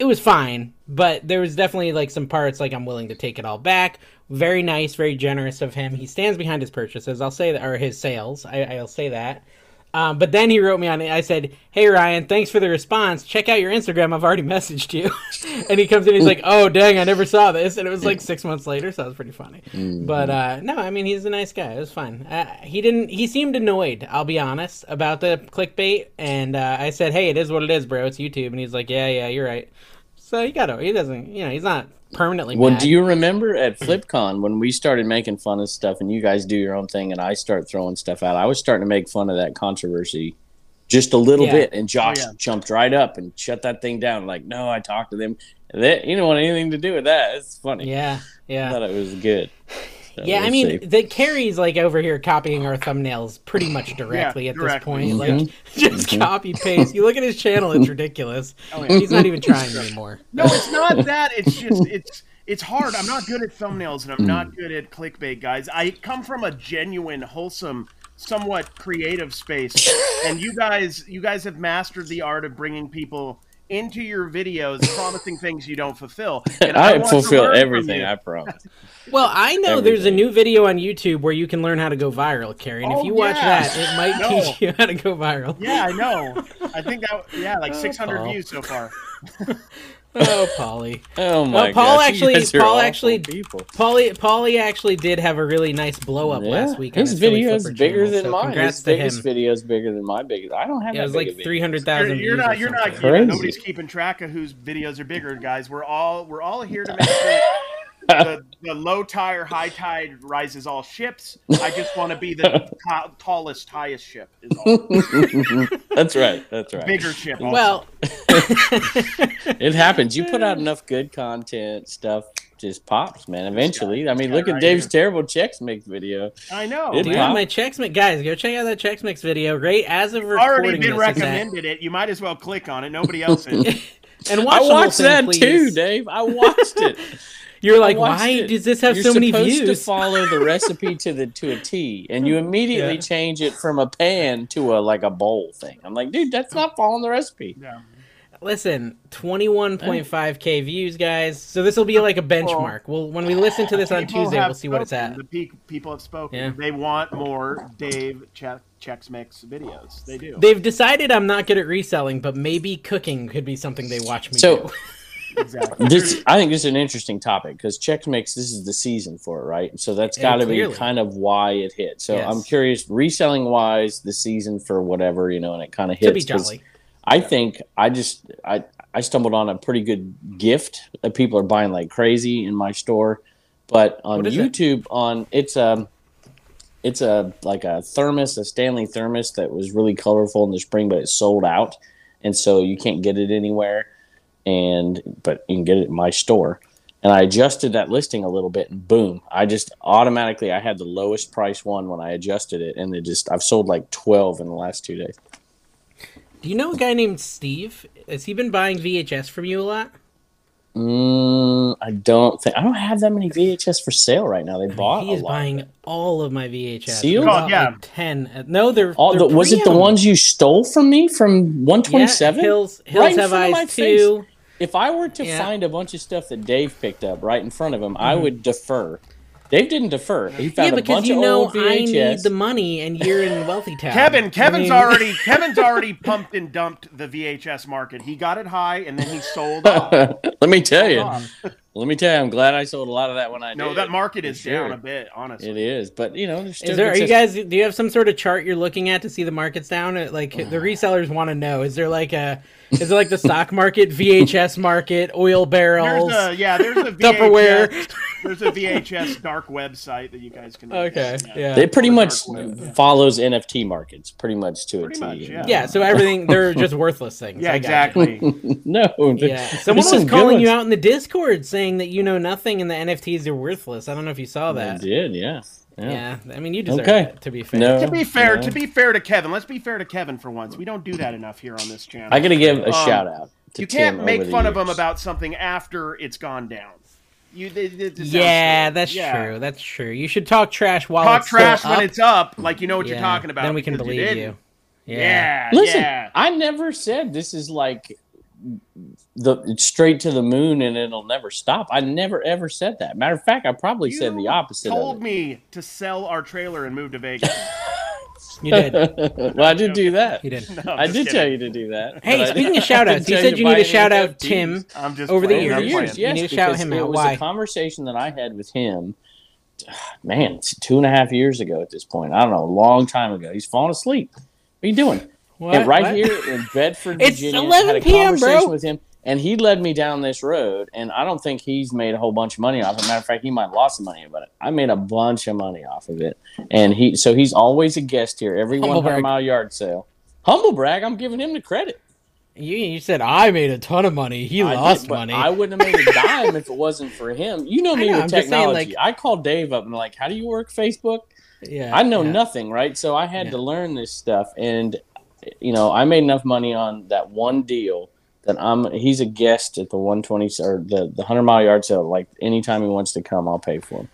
it was fine, but there was definitely like some parts like I'm willing to take it all back. Very nice, very generous of him. He stands behind his purchases. I'll say that, or his sales. I, I'll say that. Um, but then he wrote me on it. I said, "Hey Ryan, thanks for the response. Check out your Instagram. I've already messaged you." and he comes in. He's like, "Oh dang, I never saw this." And it was like six months later, so that was pretty funny.
Mm.
But uh, no, I mean he's a nice guy. It was fun. Uh, he didn't. He seemed annoyed. I'll be honest about the clickbait. And uh, I said, "Hey, it is what it is, bro. It's YouTube." And he's like, "Yeah, yeah, you're right." So he got. over- He doesn't. You know, he's not permanently.
Well,
mad.
do you remember at FlipCon when we started making fun of stuff and you guys do your own thing and I start throwing stuff out? I was starting to make fun of that controversy just a little
Yeah.
bit, and Josh
Oh, yeah.
jumped right up and shut that thing down. Like, no, I talked to them. They, you don't want anything to do with that. It's funny.
Yeah.
I
Yeah.
thought it was good. So
Yeah, I
we'll
mean,
see.
the Carrie's like over here copying our thumbnails pretty much directly at this
directly.
point.
Mm-hmm.
Like, just copy paste. You look at his channel; it's ridiculous.
Oh, yeah.
He's not even trying anymore.
No, it's not that. It's just it's it's hard. I'm not good at thumbnails
Hmm.
and I'm not good at clickbait, guys. I come from a genuine, wholesome, somewhat creative space, and you guys you guys have mastered the art of bringing people into your videos, promising things you don't fulfill. And
I
want to
fulfill
learn from
everything,
you.
I promise.
Well, I know there's a new video on YouTube where you can learn how to go viral, Carrie. And
Oh,
if you watch
yeah.
that, it might
No.
teach you how to go viral.
Yeah, I know. I think that yeah, like 600
Paul.
views so far.
Oh, Polly.
Oh my
Paul
gosh, you
actually-
guys are
Paul
awful
actually-
people.
Polly, Polly actually did have a really nice blow up
Yeah.
last week. on
His
Silly
video is
Flipper
bigger
channel,
than
so
mine.
Congrats
His
to him.
biggest video is bigger than my biggest. I don't have.
Yeah, it
that
was
big
like
of a
three
video.
hundred
You're,
thousand.
you're not you're not
Crazy.
you know, nobody's keeping track of whose videos are bigger, guys. We're all we're all here to make sure the, the low tire, high tide rises all ships. I just want to be the ta- tallest, highest ship. Is all.
That's right. That's right.
Bigger ship. also.
Well,
It happens. You put out enough good content, stuff just pops, man. Eventually, I mean, look at
right
Dave's
here.
terrible checks make video.
I know.
It
dude,
Wow.
my Chex Mix guys, go check out that Chex Mix video. Right as of recording,
Already been
this, it's at-
recommended it. You might as well click on it. Nobody else is.
And watch
I
the whole
watched
thing,
that
please.
too, Dave. I watched it.
You're like,
I watched
why
it.
does this have
You're
so many
supposed To
views?
follow the recipe to the to a T, and you immediately
Yeah.
change it from a pan to a like a bowl thing. I'm like, dude, that's not following the recipe.
Yeah.
Listen, 21.5k views, guys. So this will be like a benchmark. We'll when we listen to this on
People
Tuesday,
have
we'll see what it's
spoken.
at.
The peak, people have spoken.
Yeah.
They want more Dave che- Chex Mix videos. They do.
They've decided I'm not good at reselling, but maybe cooking could be something they watch me
So-
do.
exactly.
this I think this is an interesting topic because Chex Mix, this is the season for it, right? So that's
Yeah,
got to be
clearly.
kind of why it hit. So
Yes.
I'm curious, reselling wise, the season for whatever you know, and it kind of hits.
to be
'cause
jolly.
I think I just I I stumbled on a pretty good gift that people are buying like crazy in my store, but on
What is it?
YouTube on it's um it's a like a thermos, a Stanley thermos that was really colorful in the spring, but it sold out, and so you can't get it anywhere. and but you can get it at my store. And I adjusted that listing a little bit, and boom! I just automatically I had the lowest price one when I adjusted it, and it just I've sold like twelve in the last two days.
Do you know a guy named Steve? Has he been buying VHS from you a lot?
Mm, I don't think I don't have that many VHS for sale right now. They bought
He
a
is
lot.
buying all of my VHS.
Sealed?
He bought,
Oh, yeah.
like, ten. Uh, No, they're.
All
they're
the, was it the
pre-owned.
ones you stole from me from
Yeah,
127?
Hills, Hills
Right in
Have
front of my
Eyes
face.
too.
If I were to
Yeah. Mm-hmm.
find a bunch of stuff that Dave picked up right in front of him, I would defer. Dave didn't defer. He found
Yeah,
a bunch
because you
of
know
old
I need
VHS.
the money, and you're in wealthy town.
Kevin, Kevin's
I mean,
already Kevin's already pumped and dumped the VHS market. He got it high and then he sold off.
Let me tell you. Let me tell you, I'm glad I sold a lot of that when I
No,
did.
that market is
Sure.
down a bit, honestly.
It is, but you know, there's still
Is there, are you
consistent-
guys? Do you have some sort of chart you're looking at to see the markets down? Uh, Like the resellers want to know: is there like a, is it like the stock market, VHS market, oil barrels?
There's a, yeah, there's a
Tupperware.
VHS, there's a VHS dark website that you guys can. look
Okay,
at.
yeah.
It pretty
Or
much
dark web, yeah.
follows NFT markets, pretty much to a
Pretty
T.
much, yeah.
yeah, so everything they're just worthless things.
Yeah,
I gotcha.
exactly.
No,
Yeah, someone was calling you out in the Discord saying that you know nothing and the NFTs are worthless. I don't know if you saw
I
that.
did, yeah. Yeah.
Yeah, I mean you deserve
Okay.
it. To be fair,
No.
to be fair,
Yeah.
to be fair to Kevin, let's be fair to Kevin for once. We don't do that enough here on this channel.
I got to give a
Um,
shout out. To
you can't
Tim
make
over the
fun of
years.
him about something after it's gone down. You, th- th- this sounds
Yeah,
silly.
that's
Yeah.
true. That's true. You should talk trash while
Talk
it's still
trash when
up.
it's up, like you know what you're
Yeah,
talking about.
Then we can
because
believe
didn't.
you.
Yeah,
Listen,
yeah.
I never said this is like the it's straight to the moon and it'll never stop. I never ever said that. Matter of fact, I probably said the
You
opposite.
Told
of
me to sell our trailer and move to Vegas.
You did.
it. well, I did do that.
You did.
No, I'm
I
just
did
kidding.
tell you to do that.
Hey,
but I-
speaking
I
of shout outs, you
didn't
said
tell to
you
buy
need to
any
shout out
NFTs.
Tim.
I'm just
Over the
playing,
years,
I'm
years,
playing.
yeah.
Yes,
need to shout
because
him
it
out.
was
Why?
a conversation that I had with him. Man, it's two and a half years ago at this point. I don't know, a long time ago. He's falling asleep. What are you doing?
What?
And right
What?
here in Bedford,
It's
Virginia,
11
had a
p.m., bro.
conversation with him, and he led me down this road. And I don't think he's made a whole bunch of money off. it. matter of fact, he might have lost some money, but I made a bunch of money off of it. And he, so he's always a guest here every
Humble
one hundred
brag.
mile yard sale. Humble brag, I'm giving him the credit.
You, you said I made a ton of money. He
I did,
lost
but
money.
I wouldn't have made a dime if it wasn't for him. You know
I
me
know,
with
I'm just saying,
technology.
like-
I called Dave up and like, how do you work Facebook?
yeah,
I know
yeah.
nothing, right? So I had
Yeah.
to learn this stuff, and you know, I made enough money on that one deal that I'm. He's a guest at the 120 or the the 100 mile yard sale. Like anytime he wants to come, I'll pay for him.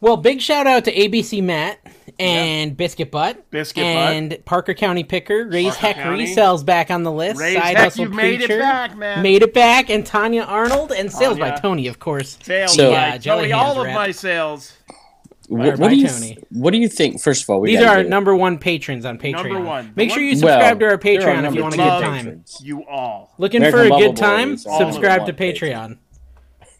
Well, big shout out to ABC Matt and Biscuit Butt.
Biscuit Butt.
and Parker County Picker. Ray's
Parker
Heck
County.
resells back on the list.
Ray's
Side
Heck,
Hustle
you made it
Preacher.
back, man.
Made it back. And Tanya Arnold and Sales by
Tanya.
Tony, of course.
Oh, Sales,
So-
Mike.
Yeah,
Joey,
Jelly
all
hands
of
wrapped.
my sales.
Wh-
Or
What,
by
do you
Tony.
th- What do you think? First of all, we
These are
gotta
our
do-
number one patrons on Patreon.
Number one.
Make
The
sure
one-
you subscribe
Well,
to
they're
our
our
Patreon if
number
you want a
two
good time.
patrons.
You all.
Looking
American
for a
Bubble
good
Boy
time?
is all
Subscribe to
number one
Patreon.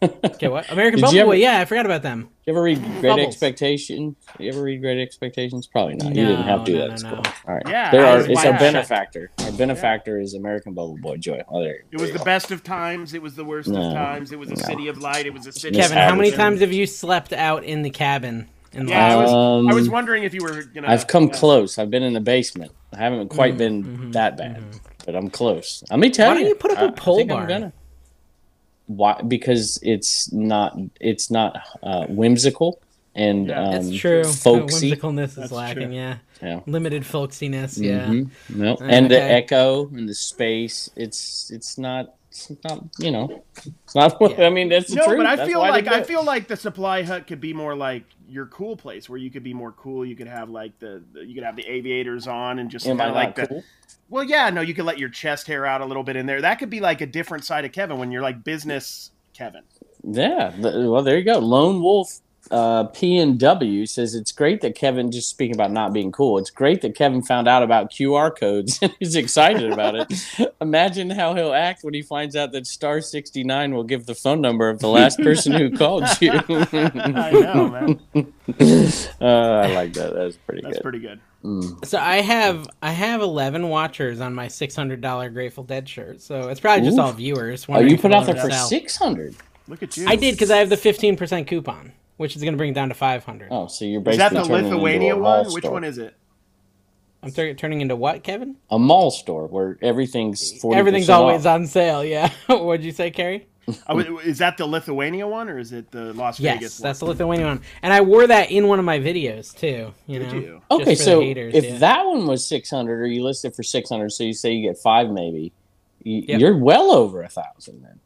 okay, what? American
Did
Bubble
you ever-
Boy. Yeah, I forgot about them.
You ever read Great
Bubbles.
Expectations? You ever read Great Expectations? Probably not. you
No,
didn't have to.
no,
that
no,
at
no.
school. All right.
Yeah,
there
I
are,
was
it's
why
our
not?
benefactor. Our benefactor is American Bubble Boy Joy. Oh, there.
It was the best of times. It was the worst
No.
of times. It was a city of light. It was a city.
Kevin, how many
Patterson.
times have you slept out in the cabin? In the
Yeah, I was,
last-
I was
Um,
wondering if you were gonna.
I've come
yeah.
close. I've been in the basement. I haven't
Mm-hmm,
quite been that bad, but I'm close. Let me tell
Why
you.
don't you put up a
I- I
pole
think I'm
barn?
gonna. Why? Because it's not. It's not uh, whimsical and
Yeah.
um,
That's true. The
folksy.
whimsicalness is
That's
lacking.
true.
Yeah.
Yeah.
Limited folksiness. Yeah.
Mhm. No. and the
okay.
echo and the space. It's it's not. It's not. You know. It's not. I mean, that's the
No,
truth.
but I
That's
feel
why they
like
do
I
it.
feel like the supply hut could be more like your cool place, where you could be more cool. You could have like the, the you could have the aviators on and just
Am
kind
I
of
not
like the.
cool?
Well, yeah, no, you could let your chest hair out a little bit in there. That could be like a different side of Kevin when you're like business Kevin.
Yeah. th- Well, there you go. Lone Wolf uh, P and W says it's great that Kevin just speaking about not being cool. It's great that Kevin found out about QR codes and he's excited about it. Imagine how he'll act when he finds out that Star sixty nine will give the phone number of the last person who called you. uh,
I know, man.
I like that. That's pretty
That's
good.
pretty good.
So I have I have eleven watchers on my six hundred dollar Grateful Dead shirt. So it's probably just
Ooh.
all viewers.
oh, you put out there
that
for six hundred.
Look at you.
I did because I have the fifteen percent coupon, which is going to bring it down to five hundred.
Oh, so you're basically
Is that the
turning into
Lithuania
a hall
one? Which
store.
one is it?
I'm tur- turning into what, Kevin?
A mall store where everything's 40
E, Everything's always on sale. Yeah. What'd you say, Carrie?
Oh, is that the Lithuania one or is it the Las
Yes,
Vegas one?
that's the Lithuanian one, and I wore that in one of my videos too. You
Did
know?
you?
Just
Okay,
for the
so
haters,
if
yeah.
that one was 600 or you listed for 600, so you say you get five maybe, you,
Yep.
you're well over a thousand then.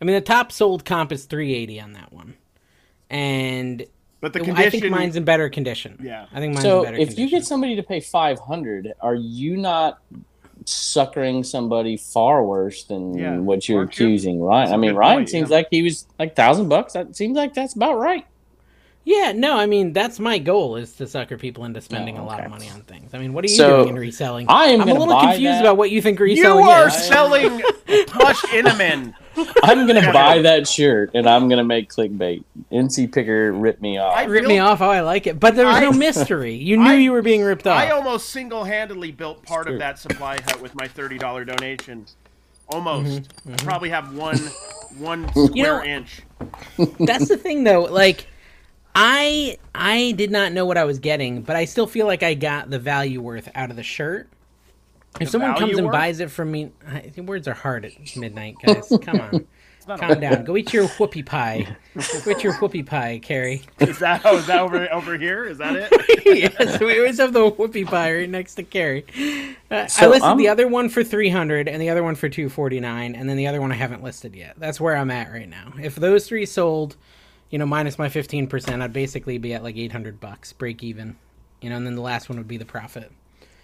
I mean, the top sold comp is 380 on that one, and
But the
I
condition.
think mine's in better condition.
Yeah.
I think mine's
so
in better
if
condition.
you get somebody to pay 500, are you not suckering somebody far worse than
Yeah,
what you're
aren't you?
accusing Ryan?
That's a
I mean,
good
Ryan
point,
seems
yeah.
like he was like thousand bucks. That seems like that's about right.
yeah, no, I mean that's my goal is to sucker people into spending a
Oh,
lot of
okay.
money on things. I mean, what are you
So,
doing in reselling?
I am
I'm a
gonna
little
buy
confused
that.
about what you think
you
reselling
are
is.
selling plush Inaman.
I'm gonna buy that shirt and I'm gonna make clickbait. NC Picker ripped me off.
I
Rip
feel-
me off. Oh, I like it, but there was
I-
no mystery. You knew
I-
you were being ripped off.
I almost single handedly built part
true.
of that supply hut with my $30 donation. Almost. I probably have one one square
know-
inch.
that's the thing though like i i did not know what i was getting but i still feel like i got the value worth out of the shirt if someone
value
comes and
worth?
buys it from me I, words are hard at midnight guys come on
not
calm down go eat your whoopie pie go eat your whoopie pie carrie
Is that oh, is that over over here? Is that it?
yes we always have the whoopie pie right next to carrie uh, i
So um,
listed
I'm-
the other one for 300 and the other one for 249 and then the other one i haven't listed yet that's where i'm at right now if those three sold you know, minus my fifteen percent, I'd basically be at like eight hundred bucks, break even. You know, and then the last one would be the profit.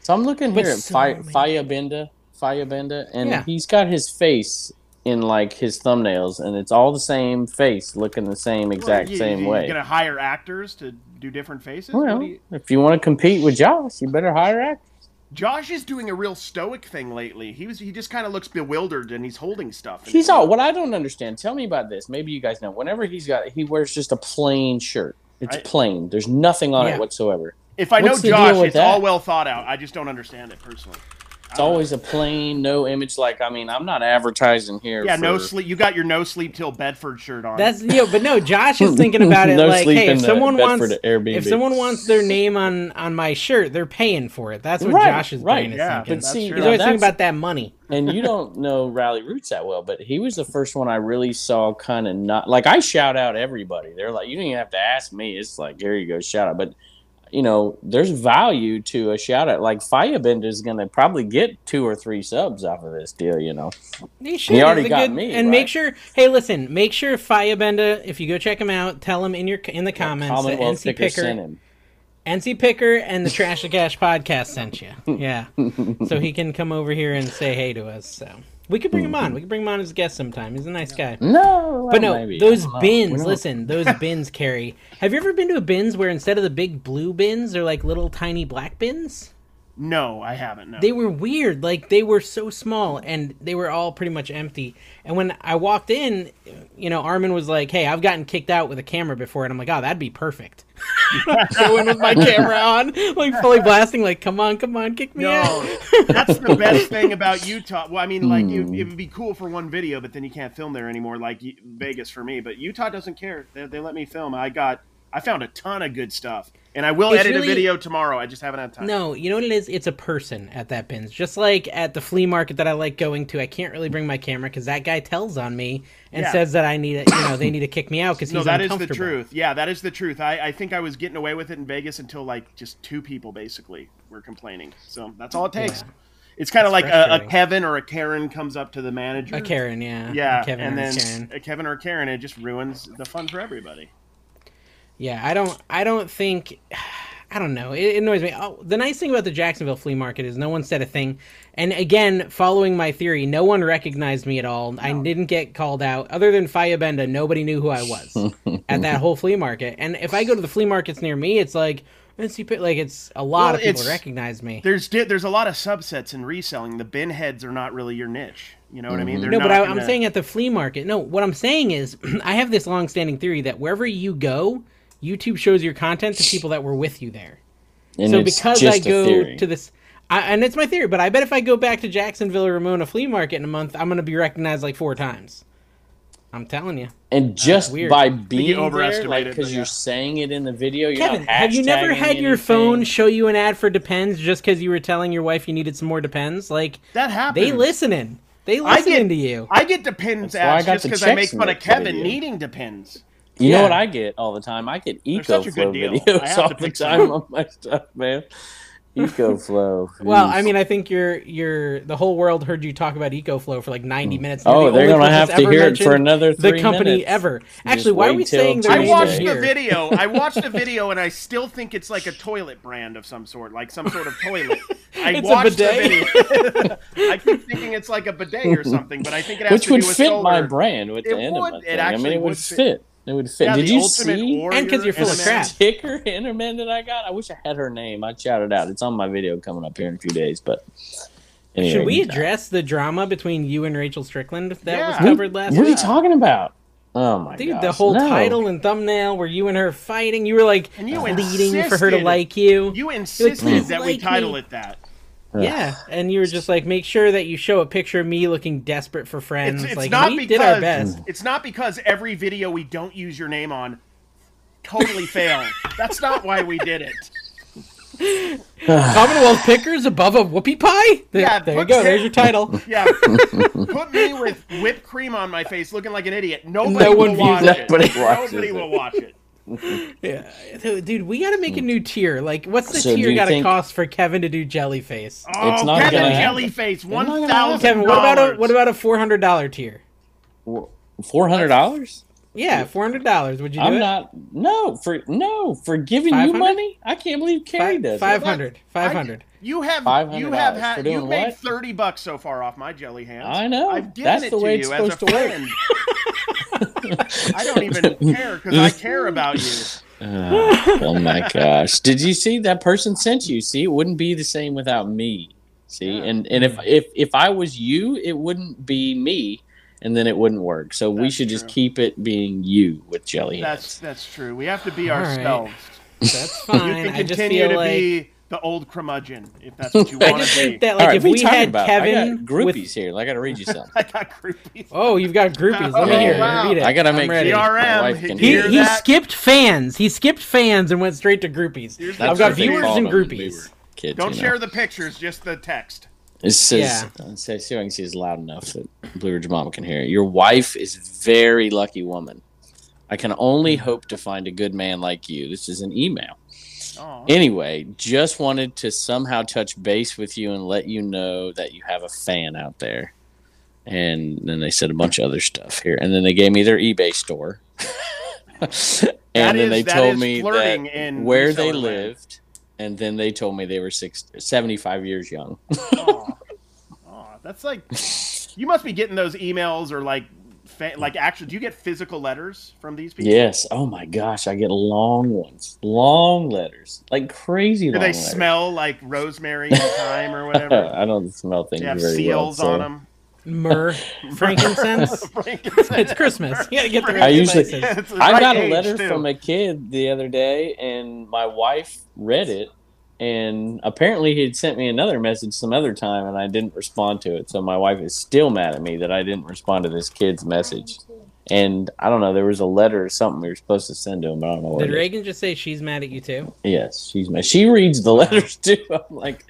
So I'm looking
But
here at
so
Fire
many.
Benda, Faya Benda, and
Yeah.
he's got his face in like his thumbnails, and it's all the same face, looking the same exact
You-
same
you,
way.
You're gonna hire actors to do different faces. What
well,
do you-
if you want to compete with Josh, you better hire act.
Josh is doing a real stoic thing lately. He was he just kind of looks bewildered and he's holding stuff. and
He's all. What I don't understand. Tell me about this. Maybe you guys know. Whenever he's got, he wears just a plain shirt. It's
Right.
plain. There's nothing on
Yeah.
it whatsoever.
If I know
What's the deal
Josh,
with
it's
that?
all well thought out. I just don't understand it personally.
It's
Uh,
always a plain, no image. Like I mean, I'm not advertising here.
Yeah, no
for-
sleep. You got your no sleep till Bedford shirt on.
That's yeah, but no, Josh is thinking about it
No
like,
sleep
hey,
in
if
the
someone wants
Bedford Airbnb.
if someone wants their name on on my shirt, they're paying for it. That's what
Right,
Josh's
right,
brain is
yeah,
thinking.
But see,
true.
He's
now
always thinking
that's-
about that money.
and you don't know Rally Roots that well, but he was the first one I really saw kind of not like I shout out everybody. They're like, you don't even have to ask me. It's like, here you go, shout out. But you know, there's value to a shout out. Like Firebend is going to probably get two or three subs off of this deal. You know,
He, should.
He
It's
already
a
got me,
And
right?
make sure, hey, listen, make sure Firebenda, if you go check him out, tell him in your in the comments that
Commonwealth
NC
Picker
Picker
sent him.
NC Picker and the Trash to Cash podcast sent you. Yeah. so he can come over here and say hey to us. So we could bring him on. We could bring him on as a guest sometime. He's a nice guy.
No,
But no,
well, Mm, maybe. I
those
don't know. We
bins,
don't-
listen, those bins carry. Have you ever been to a bins where instead of the big blue bins, they're like little tiny black bins?
no, I haven't. No.
They were weird. Like they were so small and they were all pretty much empty. And when I walked in, you know, Armin was like, "Hey, I've gotten kicked out with a camera before." And I'm like, "Oh, that'd be perfect." I went with my camera on, like fully blasting, like, "Come on, come on, kick me out."
no, that's the best thing about Utah. Well, I mean, like you,
Hmm.
it would be cool for one video, but then you can't film there anymore. Like you- Vegas for me, but Utah doesn't care. They, they let me film. I got, I found a ton of good stuff, and I will
It's
edit
really-
a video tomorrow. I just haven't had time.
No, you know what it is? It's a person at that bins. Just like at the flea market that I like going to, I can't really bring my camera because that guy tells on me and
Yeah.
says that I need it. You know, they need to kick me out because
No,
he's
that is the
uncomfortable.
truth. Yeah, that is the truth. I, I think I was getting away with it in Vegas until like just two people basically were complaining. So that's all it takes. It's kind of like a, a
frustrating.
Kevin or a Karen comes up to the manager.
A Uh, Karen, yeah.
Yeah,
A Kevin
and
or a
then
Karen.
a Kevin or a Karen, it just ruins the fun for everybody.
Yeah, I don't. I don't think. I don't know. It, it annoys me. Oh, the nice thing about the Jacksonville flea market is no one said a thing. And again, following my theory, no one recognized me at all. I didn't get called out. Other than Faya Benda, nobody knew who I was at that whole flea market. And if I go to the flea markets near me, it's like it's like it's a lot
Well,
of people
it's-
recognize me.
There's di- there's a lot of subsets in reselling. The bin heads are not really your niche. You know what I mean? They're
Mm-hmm. No, but
not
I, I'm
gonna-
saying at the flea market. No, what I'm saying is, I have this long-standing theory that wherever you go, YouTube shows your content to people that were with you there.
And
so
it's
because
just
I
a
go
theory.
to this, I, and it's my theory, but I bet if I go back to Jacksonville or Ramona Flea Market in a month, I'm going to be recognized like four times. I'm telling you.
And just
weird.
by
you
being there,
overestimated
like
it,
because
but
you're
yeah.
saying it in the video, you're
Kevin,
not
have you never
hashtagging
had your
anything.
phone show you an ad for Depends just because you were telling your wife you needed some more Depends? Like
That happens.
they listening, they
Hmm. I
listening
get
to you.
I get depends
That's why I
ads
got
just
the
because I
checks
make fun of
mixed with
Kevin
you.
needing depends.
You
Yeah.
know what I get all the time? I get
They're such a
EcoFlow
good deal. I
videos
have
all
to
the
pick some
time on my stuff, man. EcoFlow.
well, I
Oof.
mean, I think your your the whole world heard you talk about EcoFlow for like 90 minutes.
Oh,
You're the
they're
only
gonna
person
have
that's
to
ever
hear it for
mentioned
another
the
three
company
minutes.
ever.
Just
Actually, why are
wait
we
till
saying they're
I
Tuesday.
named
watched the
here?
video. I watched the video, and I still think it's like a toilet brand of some sort, like some sort of toilet. I
It's a
watched
bidet.
the video. I keep thinking it's like a bidet or something, but I think it has
Which
to
would
do with
fit my
solar.
brand with
It
the end
would.
of my
It
thing. I mean,
actually
it
would
would
fit.
fit. It would fit.
Yeah,
Did
the
you
Ultimate
see
Warrior
And 'cause you're full of
MMA.
crap.
sticker Enderman that I got? I wish I had her name. I'd shout it out. It's on my video coming up here in a few days. But anyway,
Should we address the drama between you and Rachel Strickland that was
Yeah.
covered last
What are you
week?
talking about? Oh my
Dude,
god!
the whole title and thumbnail were you and her fighting. You were like
And you
pleading for her to
insisted-
like you.
You insisted
"Please
that we
like
title
me."
it that.
Yeah, and you were just like, make sure that you show a picture of me looking desperate for friends.
It's, it's
like
not
we
because
did our best.
it's not because every video we don't use your name on totally failed. That's not why we did it.
Commonwealth pickers above a whoopie pie. There,
Yeah,
there you
put-
go. There's your title.
Yeah, put me with whipped cream on my face, looking like an idiot. Nobody
one
will
views
watch
it.
it.
Nobody watches
Nobody
it.
will watch it.
yeah, dude, dude, we got to make a new tier. Like, what's the
So do
tier
you
got to
think-
cost for Kevin to do Jellyface?
Oh,
It's not
Kevin
gonna happen.
Jellyface,
not gonna happen.
one thousand.
Kevin, what about a what about a four hundred dollar tier?
Four hundred dollars?
Yeah, four hundred dollars. Would you do
I'm
it?
not. No, for no for giving you
500?
money. I can't believe Carrie does. it.
Five hundred. Five hundred.
You have you
$500
have
for
had
doing
you made
what?
thirty bucks so far off my jelly hands.
I know.
I've given
That's
it
the
to
way
you
it's
as a
supposed to work.
friend. I don't even care because I care about you.
Oh my gosh! Did you see that person sent you? See, it wouldn't be the same without me. See, and and if if if I was you, it wouldn't be me, and then it wouldn't work. So we
That's
should just
true.
keep it being you with jelly
That's
hands.
that's true. We have to be
All right.
ourselves.
That's fine.
You
I
can
just
continue
feel
to
like
be the old curmudgeon if that's what you want
I
to
think
be.
that like
All right,
if
what are
we
you talking
had
about? I got
Kevin
groupies
with
here. I got to read you something.
I got groupies.
Oh, you've got groupies. Let me
Oh,
hear. it.
wow.
Read it.
I got to
I'm
make
ready.
sure my
DRM,
wife can
he-
He,
hear
Hear
he
that?
skipped fans. He skipped fans and went straight to groupies.
Here's
I've
That's
got
what they
viewers
called
and groupies.
Kids,
Don't
you know.
share the pictures, just the text.
It says,
Yeah.
it says here I can see it's loud enough that Blue Ridge Mama can hear it. Your wife is very lucky woman. I can
Hmm.
only hope to find a good man like you. This is an email.
Oh,
Anyway, just wanted to somehow touch base with you and let you know that you have a fan out there. And then they said a bunch of other stuff here. And then they gave me their eBay store. and then
is-
they
that
told
is
me that
flirting in
where they
reseller land.
lived. And then they told me they were six, 75 years young.
aw. Aw, that's like you must be getting those emails or like fa- like actually do you get physical letters from these people?
Yes. Oh my gosh, I get long ones, long letters, like crazy.
Do
long
they
letters.
smell like rosemary and thyme or
Uh,
whatever?
I don't smell things
they have
very
seals
well.
on
so-
them.
Myrrh, frankincense. it's Christmas. You gotta get the right
I usually-
spices.
I got a letter from a kid the other day, and my wife read it, and apparently he had sent me another message some other time, and I didn't respond to it. So my wife is still mad at me that I didn't respond to this kid's message. And I don't know, there was a letter or something we were supposed to send to him, but I don't know what.
Did
it is.
Reagan just say she's mad at you too?
Yes, she's my. She reads the letters too. I'm like,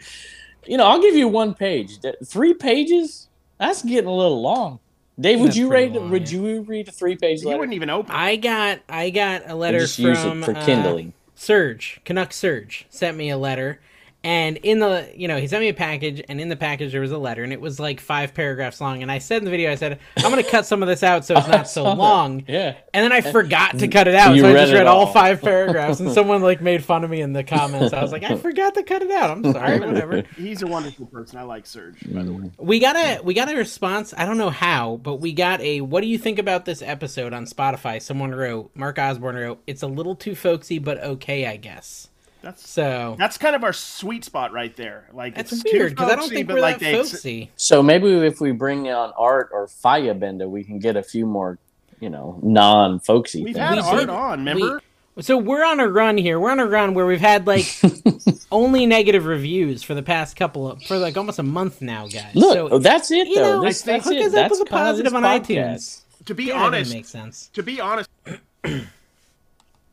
you know, I'll give you one page. Th- Three pages? That's getting a little long. Dave, would
That's
you
pretty
read?
long,
would
yeah.
you read a three-page
You
letter?
wouldn't even open.
I got I got a
I
letter
just
from
use it for
uh,
kindling.
Serge Canuck Serge sent me a letter, and in the you know he sent me a package, and in the package there was a letter, and it was like five paragraphs long. And I said in the video, I said I'm gonna cut some of this out so it's not so long.
yeah.
And then I forgot to cut it out,
You
so I
read
just
it
read all
all.
five paragraphs, and someone like made fun of me in the comments. I was like, I forgot to cut it out. I'm sorry, whatever.
He's a wonderful person. I like Serge, by the
Mm-hmm.
way.
We got a we got a response. I don't know how, but we got a what do you think about this episode on Spotify? Someone wrote, Mark Osborne wrote, it's a little too folksy, but okay, I guess.
That's
So
that's kind of our sweet spot right there. Like
that's
it's too
weird because I don't
folksy,
think
but
we're
like
that
they-
folksy.
So maybe if we bring on Art or Faya Benda, we can get a few more, you know, non-folksy
We've
things.
had
We
art
did.
on, remember?
So we're on a run here. We're on a run where we've had like only negative reviews for the past couple of for like almost a month now, guys.
Look, oh,
so
that's it
you know,
though. This-
I think-
that's
hook
it.
us up
That's
with a
kind of
positive on
this podcast.
iTunes.
to be
Yeah, that
honest,
makes sense.
to be honest,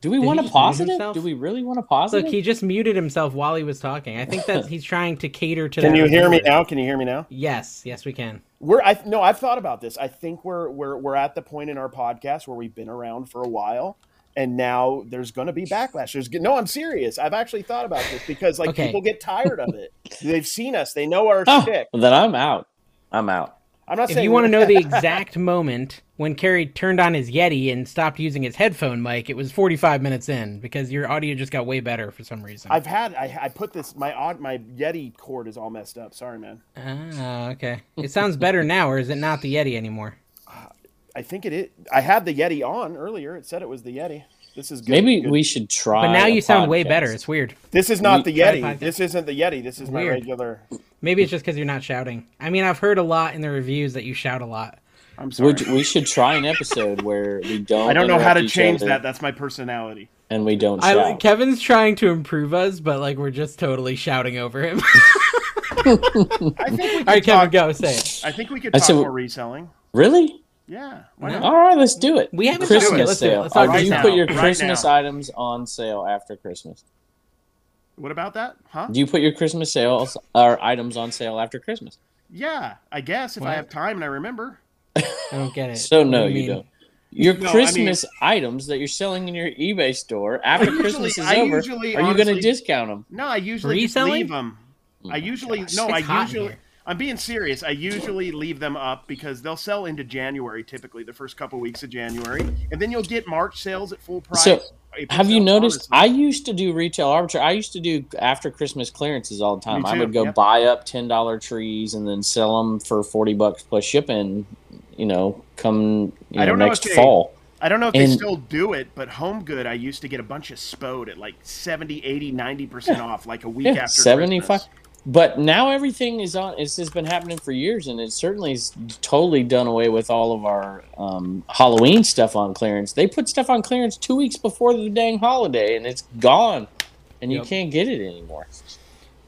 Do we
Did he
want a
mute
positive?
himself?
Do we really want a positive?
Look, he just muted himself while he was talking. I think that he's trying to cater to.
can
that
you hear me
viewer.
now? Can you hear me now?
Yes, yes, we can.
We're I no, I've thought about this. I think we're we're we're at the point in our podcast where we've been around for a while and now there's going to be backlash. There's no, I'm serious. I've actually thought about this because like
Okay.
people get tired of it. They've seen us. They know our
Oh,
shtick.
well, then I'm out. I'm out.
I'm not
If
saying
you want to know
we're-
the exact moment when Carrie turned on his Yeti and stopped using his headphone mic, it was 45 minutes in because your audio just got way better for some reason.
I've had I, I put this my odd my Yeti cord is all messed up. Sorry, man.
Ah, okay. It sounds better now, or is it not the Yeti anymore?
I think it is. I had the Yeti on earlier. It said it was the Yeti. This is good.
Maybe
good.
we should try.
But now
a
you sound way
podcast.
better. It's weird.
This is not the
Try
Yeti.
podcast.
This isn't the Yeti. This is my
Weird.
regular.
Maybe it's just because you're not shouting. I mean, I've heard a lot in the reviews that you shout a lot.
I'm sorry.
Would- we should try an episode where we don't.
I don't know how
interrupt
to
each
change
other
that. That's my personality.
and we don't shout.
I, Kevin's trying to improve us, but like we're just totally shouting over him.
I think we
All right,
could talk.
Kevin, go say it.
I think we could
I
talk
said-
more reselling.
really?
Yeah. Why not?
All right, let's do it.
We haven't
Christmas
done it. Let's do it.
sale.
Let's talk
Or do
about
you
it
put
now.
your
Right
Christmas
now.
items on sale after Christmas?
What about that? Huh?
Do you put your Christmas sales or items on sale after Christmas?
Yeah. I guess if I
What?
have time and I remember.
I don't get it.
So
What do
no, you,
mean?
don't. Your
No, I
Christmas items that you're selling in your eBay store after
usually-
Christmas is
I
over,
usually,
are you going to
honestly-
discount them?
No, I usually just
Reselling?
leave them.
Oh
I usually no,
It's
I
hot in
usually
here.
I'm being serious. I usually leave them up because they'll sell into January typically, the first couple weeks of January, and then you'll get March sales at full price.
So,
April
Have you
sales,
noticed?
honestly.
I used to do retail arbitrage. I used to do after Christmas clearances all the time.
Me
I
too,
would go
yep.
buy up ten dollar trees and then sell them for forty bucks plus shipping. You know, come you
I
know,
don't know
next
if they-
fall.
I don't know if they
and-
still do it, but Home Good, I used to get a bunch of spode at like 70, 80, 90% off like a week
Yeah,
after
seventy five.
Christmas.
But now everything is on. It's has been happening for years, and it certainly has totally done away with all of our um, Halloween stuff on clearance. They put stuff on clearance two weeks before the dang holiday, and it's gone, and you
Yep.
can't get it anymore.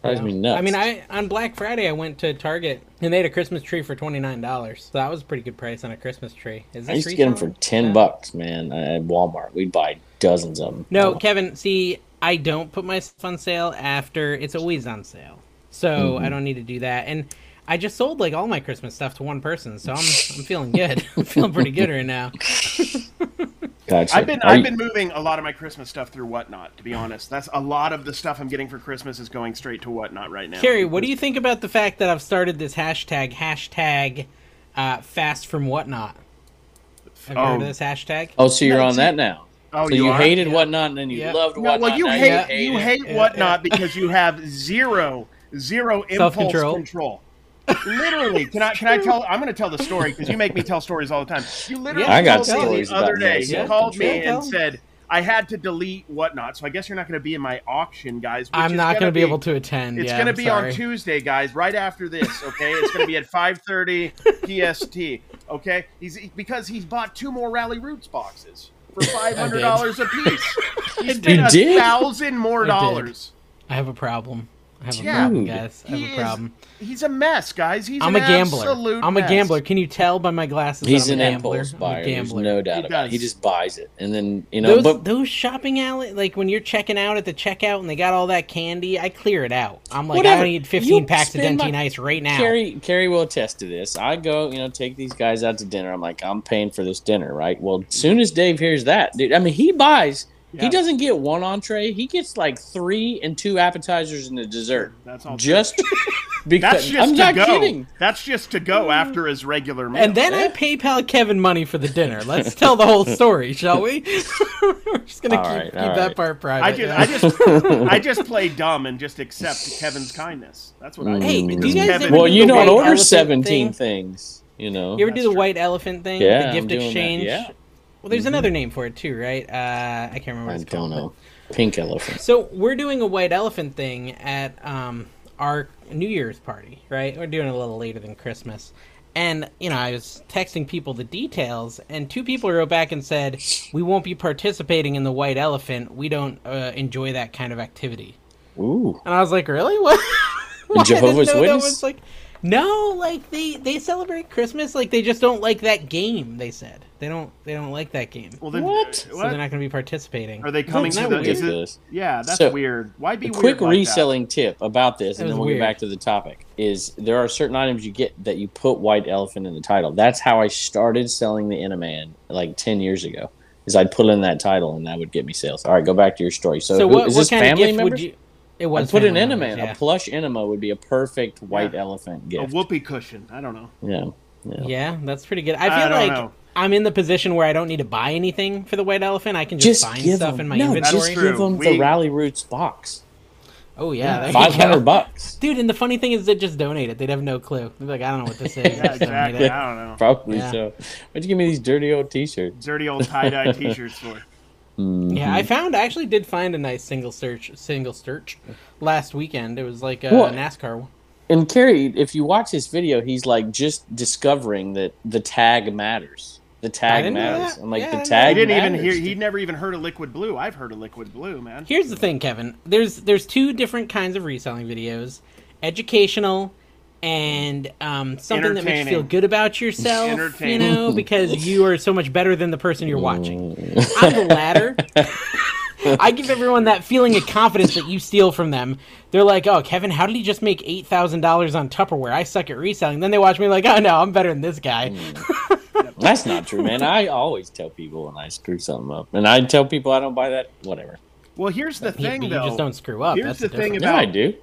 Drives me nuts.
I mean, I on Black Friday I went to Target and they had a Christmas tree for twenty nine dollars. So that was a pretty good price on a Christmas tree. Is this
I used to get them for
reselling?
ten
Yeah.
bucks, man, at Walmart. We'd buy dozens of Oh, them.
No, Kevin. See, I don't put myself on sale after it's always on sale, so I don't need to do that. And I just sold like all my Christmas stuff to one person, so I'm I'm feeling good. I'm feeling pretty good right now.
Gotcha.
I've been
Are
I've
you-
been moving a lot of my Christmas stuff through Whatnot, to be honest. That's a lot of the stuff I'm getting for Christmas is going straight to Whatnot right now.
Carrie, what do you think about the fact that I've started this hashtag hashtag uh, fast from whatnot? Have you heard
Oh.
of this hashtag?
Oh, so you're
No,
on
see-
that now.
Oh,
so
you
you,
are?
hated whatnot, and then you
Yeah.
loved
No,
whatnot.
well, you
now
hate,
hate
you
it.
hate
Yeah,
whatnot because you have zero zero impulse
Self-control.
control. Literally, can I can I tell? I'm going to tell the story because you make me tell stories all the time. You literally
I got
called me
stories
the other
about my
day. You
self-control.
called me
Yeah, tell
and
'em.
said I had to delete whatnot, so I guess you're not going to be in my auction, guys. which
I'm
is
not
gonna
going to be able to attend.
It's
yeah,
going to
I'm
be
sorry.
on Tuesday, guys. Right after this, okay? It's going to be at 5:30 PST, okay? He's because he's bought two more Rally Roots boxes for five hundred dollars a piece. He spent
You
a
did?
thousand more
did.
dollars.
I have a problem. I have a
Yeah.
problem,
Dude.
guys. I have
He
a
is-
problem.
he's a mess, guys. He's
I'm a
an
gambler.
absolute
I'm a
mess.
gambler. Can you tell by my glasses?
He's
that I'm
an
a gambler.
impulse
I'm a
buyer. There's
gambler.
no doubt
He
about it. He
does.
just buys it, and then you know.
Those,
but
those shopping alley, like when you're checking out at the checkout and they got all that candy, I clear it out. I'm like, I
Whatever.
need
You'll
15 packs of
spend
Dentine
my-
Ice right now.
Carrie, Carrie will attest to this. I go, you know, take these guys out to dinner. I'm like, I'm paying for this dinner, right? Well, as soon as Dave hears that, dude, I mean, he buys. He
Yeah.
doesn't get one entree. He gets like three and two appetizers and a dessert.
That's all.
Just because
That's just
I'm
to
not
go.
kidding.
That's just to go after his regular meal.
Mm. and then I PayPal Kevin money for the dinner. Let's tell the whole story, shall we? We're just gonna
All
keep,
right,
keep
all
that
right.
part private.
I just,
yeah.
I just, I just play dumb and just accept Kevin's kindness. That's what I. do
Hey, do you
because
guys
Kevin-
ever
Well,
do
you
the
don't
white
order
elephant
17
thing?
things, you know.
you ever do the
true.
white elephant thing?
Yeah,
the
I'm
gift
doing that,
exchange.
yeah. Mm-hmm.
Well, there's another name for it too, right? Uh, I can't remember. What
I
it's called,
don't
but-
know. Pink elephant.
So we're doing a white elephant thing at um, our New Year's party, right? We're doing it a little later than Christmas. And, you know, I was texting people the details, and two people wrote back and said, We won't be participating in the white elephant. We don't uh, enjoy that kind of activity.
Ooh.
And I was like, Really? What? Why? I didn't
Jehovah's
know that
Witness?
was like, No, like they they celebrate Christmas like they just don't like that game. They said they don't they don't like that game,
Well, then uh,
What?
so they're not going to be participating.
Are they coming
That's
to the?
not
Is
weird.
it, yeah, that's
So,
weird. Why be
A
weird
quick
like that?
reselling tip about this,
That
and
was
then we'll
weird.
get back to the topic. Is there are certain items you get that you put white elephant in the title. That's how I started selling the Inaman like ten years ago. Is I'd put in that title and that would get me sales. All right, go back to your story. So,
So
who-
what,
is
what
this
kind of
family
gift
members?
would you? It
I
was
put an
family
enema.
members,
in.
yeah.
A plush enema would be a perfect white
Yeah.
elephant
A
gift.
whoopee cushion. I don't know.
yeah.
Yeah, that's pretty good. I
I
feel
don't
like
know.
I'm in the position where I don't need to buy anything for the white elephant. I can just,
Just
find
give
stuff
them.
in my
no,
inventory.
just give them
We-
the Rally Roots box.
Oh yeah, there you
Five hundred
go.
bucks.
Dude, and the funny thing is, they just donate it. They'd have no clue. They'd be like, I don't know what this is.
Yeah,
Just donate
exactly.
it.
I don't know.
Probably
Yeah.
so. Why'd you give me these dirty old T-shirts?
Dirty old tie dye T-shirts for.
Yeah,
Mm-hmm.
I found I actually did find a nice single search single search last weekend. It was like a
What?
NASCAR one.
And Kerry, if you watch this video, he's like just discovering that the tag matters. The tag
didn't know
matters.
that.
I'm like
Yeah, I
the
didn't know
tag.
He didn't even hear.
matters.
He never even heard of Liquid Blue. I've heard of Liquid Blue, man.
Here's the thing, Kevin. There's there's two different kinds of reselling videos, educational and um, something that makes you feel
Entertaining.
good about yourself. You
Entertaining.
know, because you are so much better than the person you're watching. I'm the latter. I give everyone that feeling of confidence that you steal from them. They're like, "Oh, Kevin, how did he just make eight thousand dollars on Tupperware? I suck at reselling." Then they watch me like, "Oh no, I'm better than this guy."
Mm.
That's not true, man. I always tell people when I screw something up, and I tell people I don't buy that. Whatever.
Well, here's the
Yeah,
thing,
but you
though.
just don't screw up.
Here's
That's
the thing
difference.
Yeah,
About-
I do.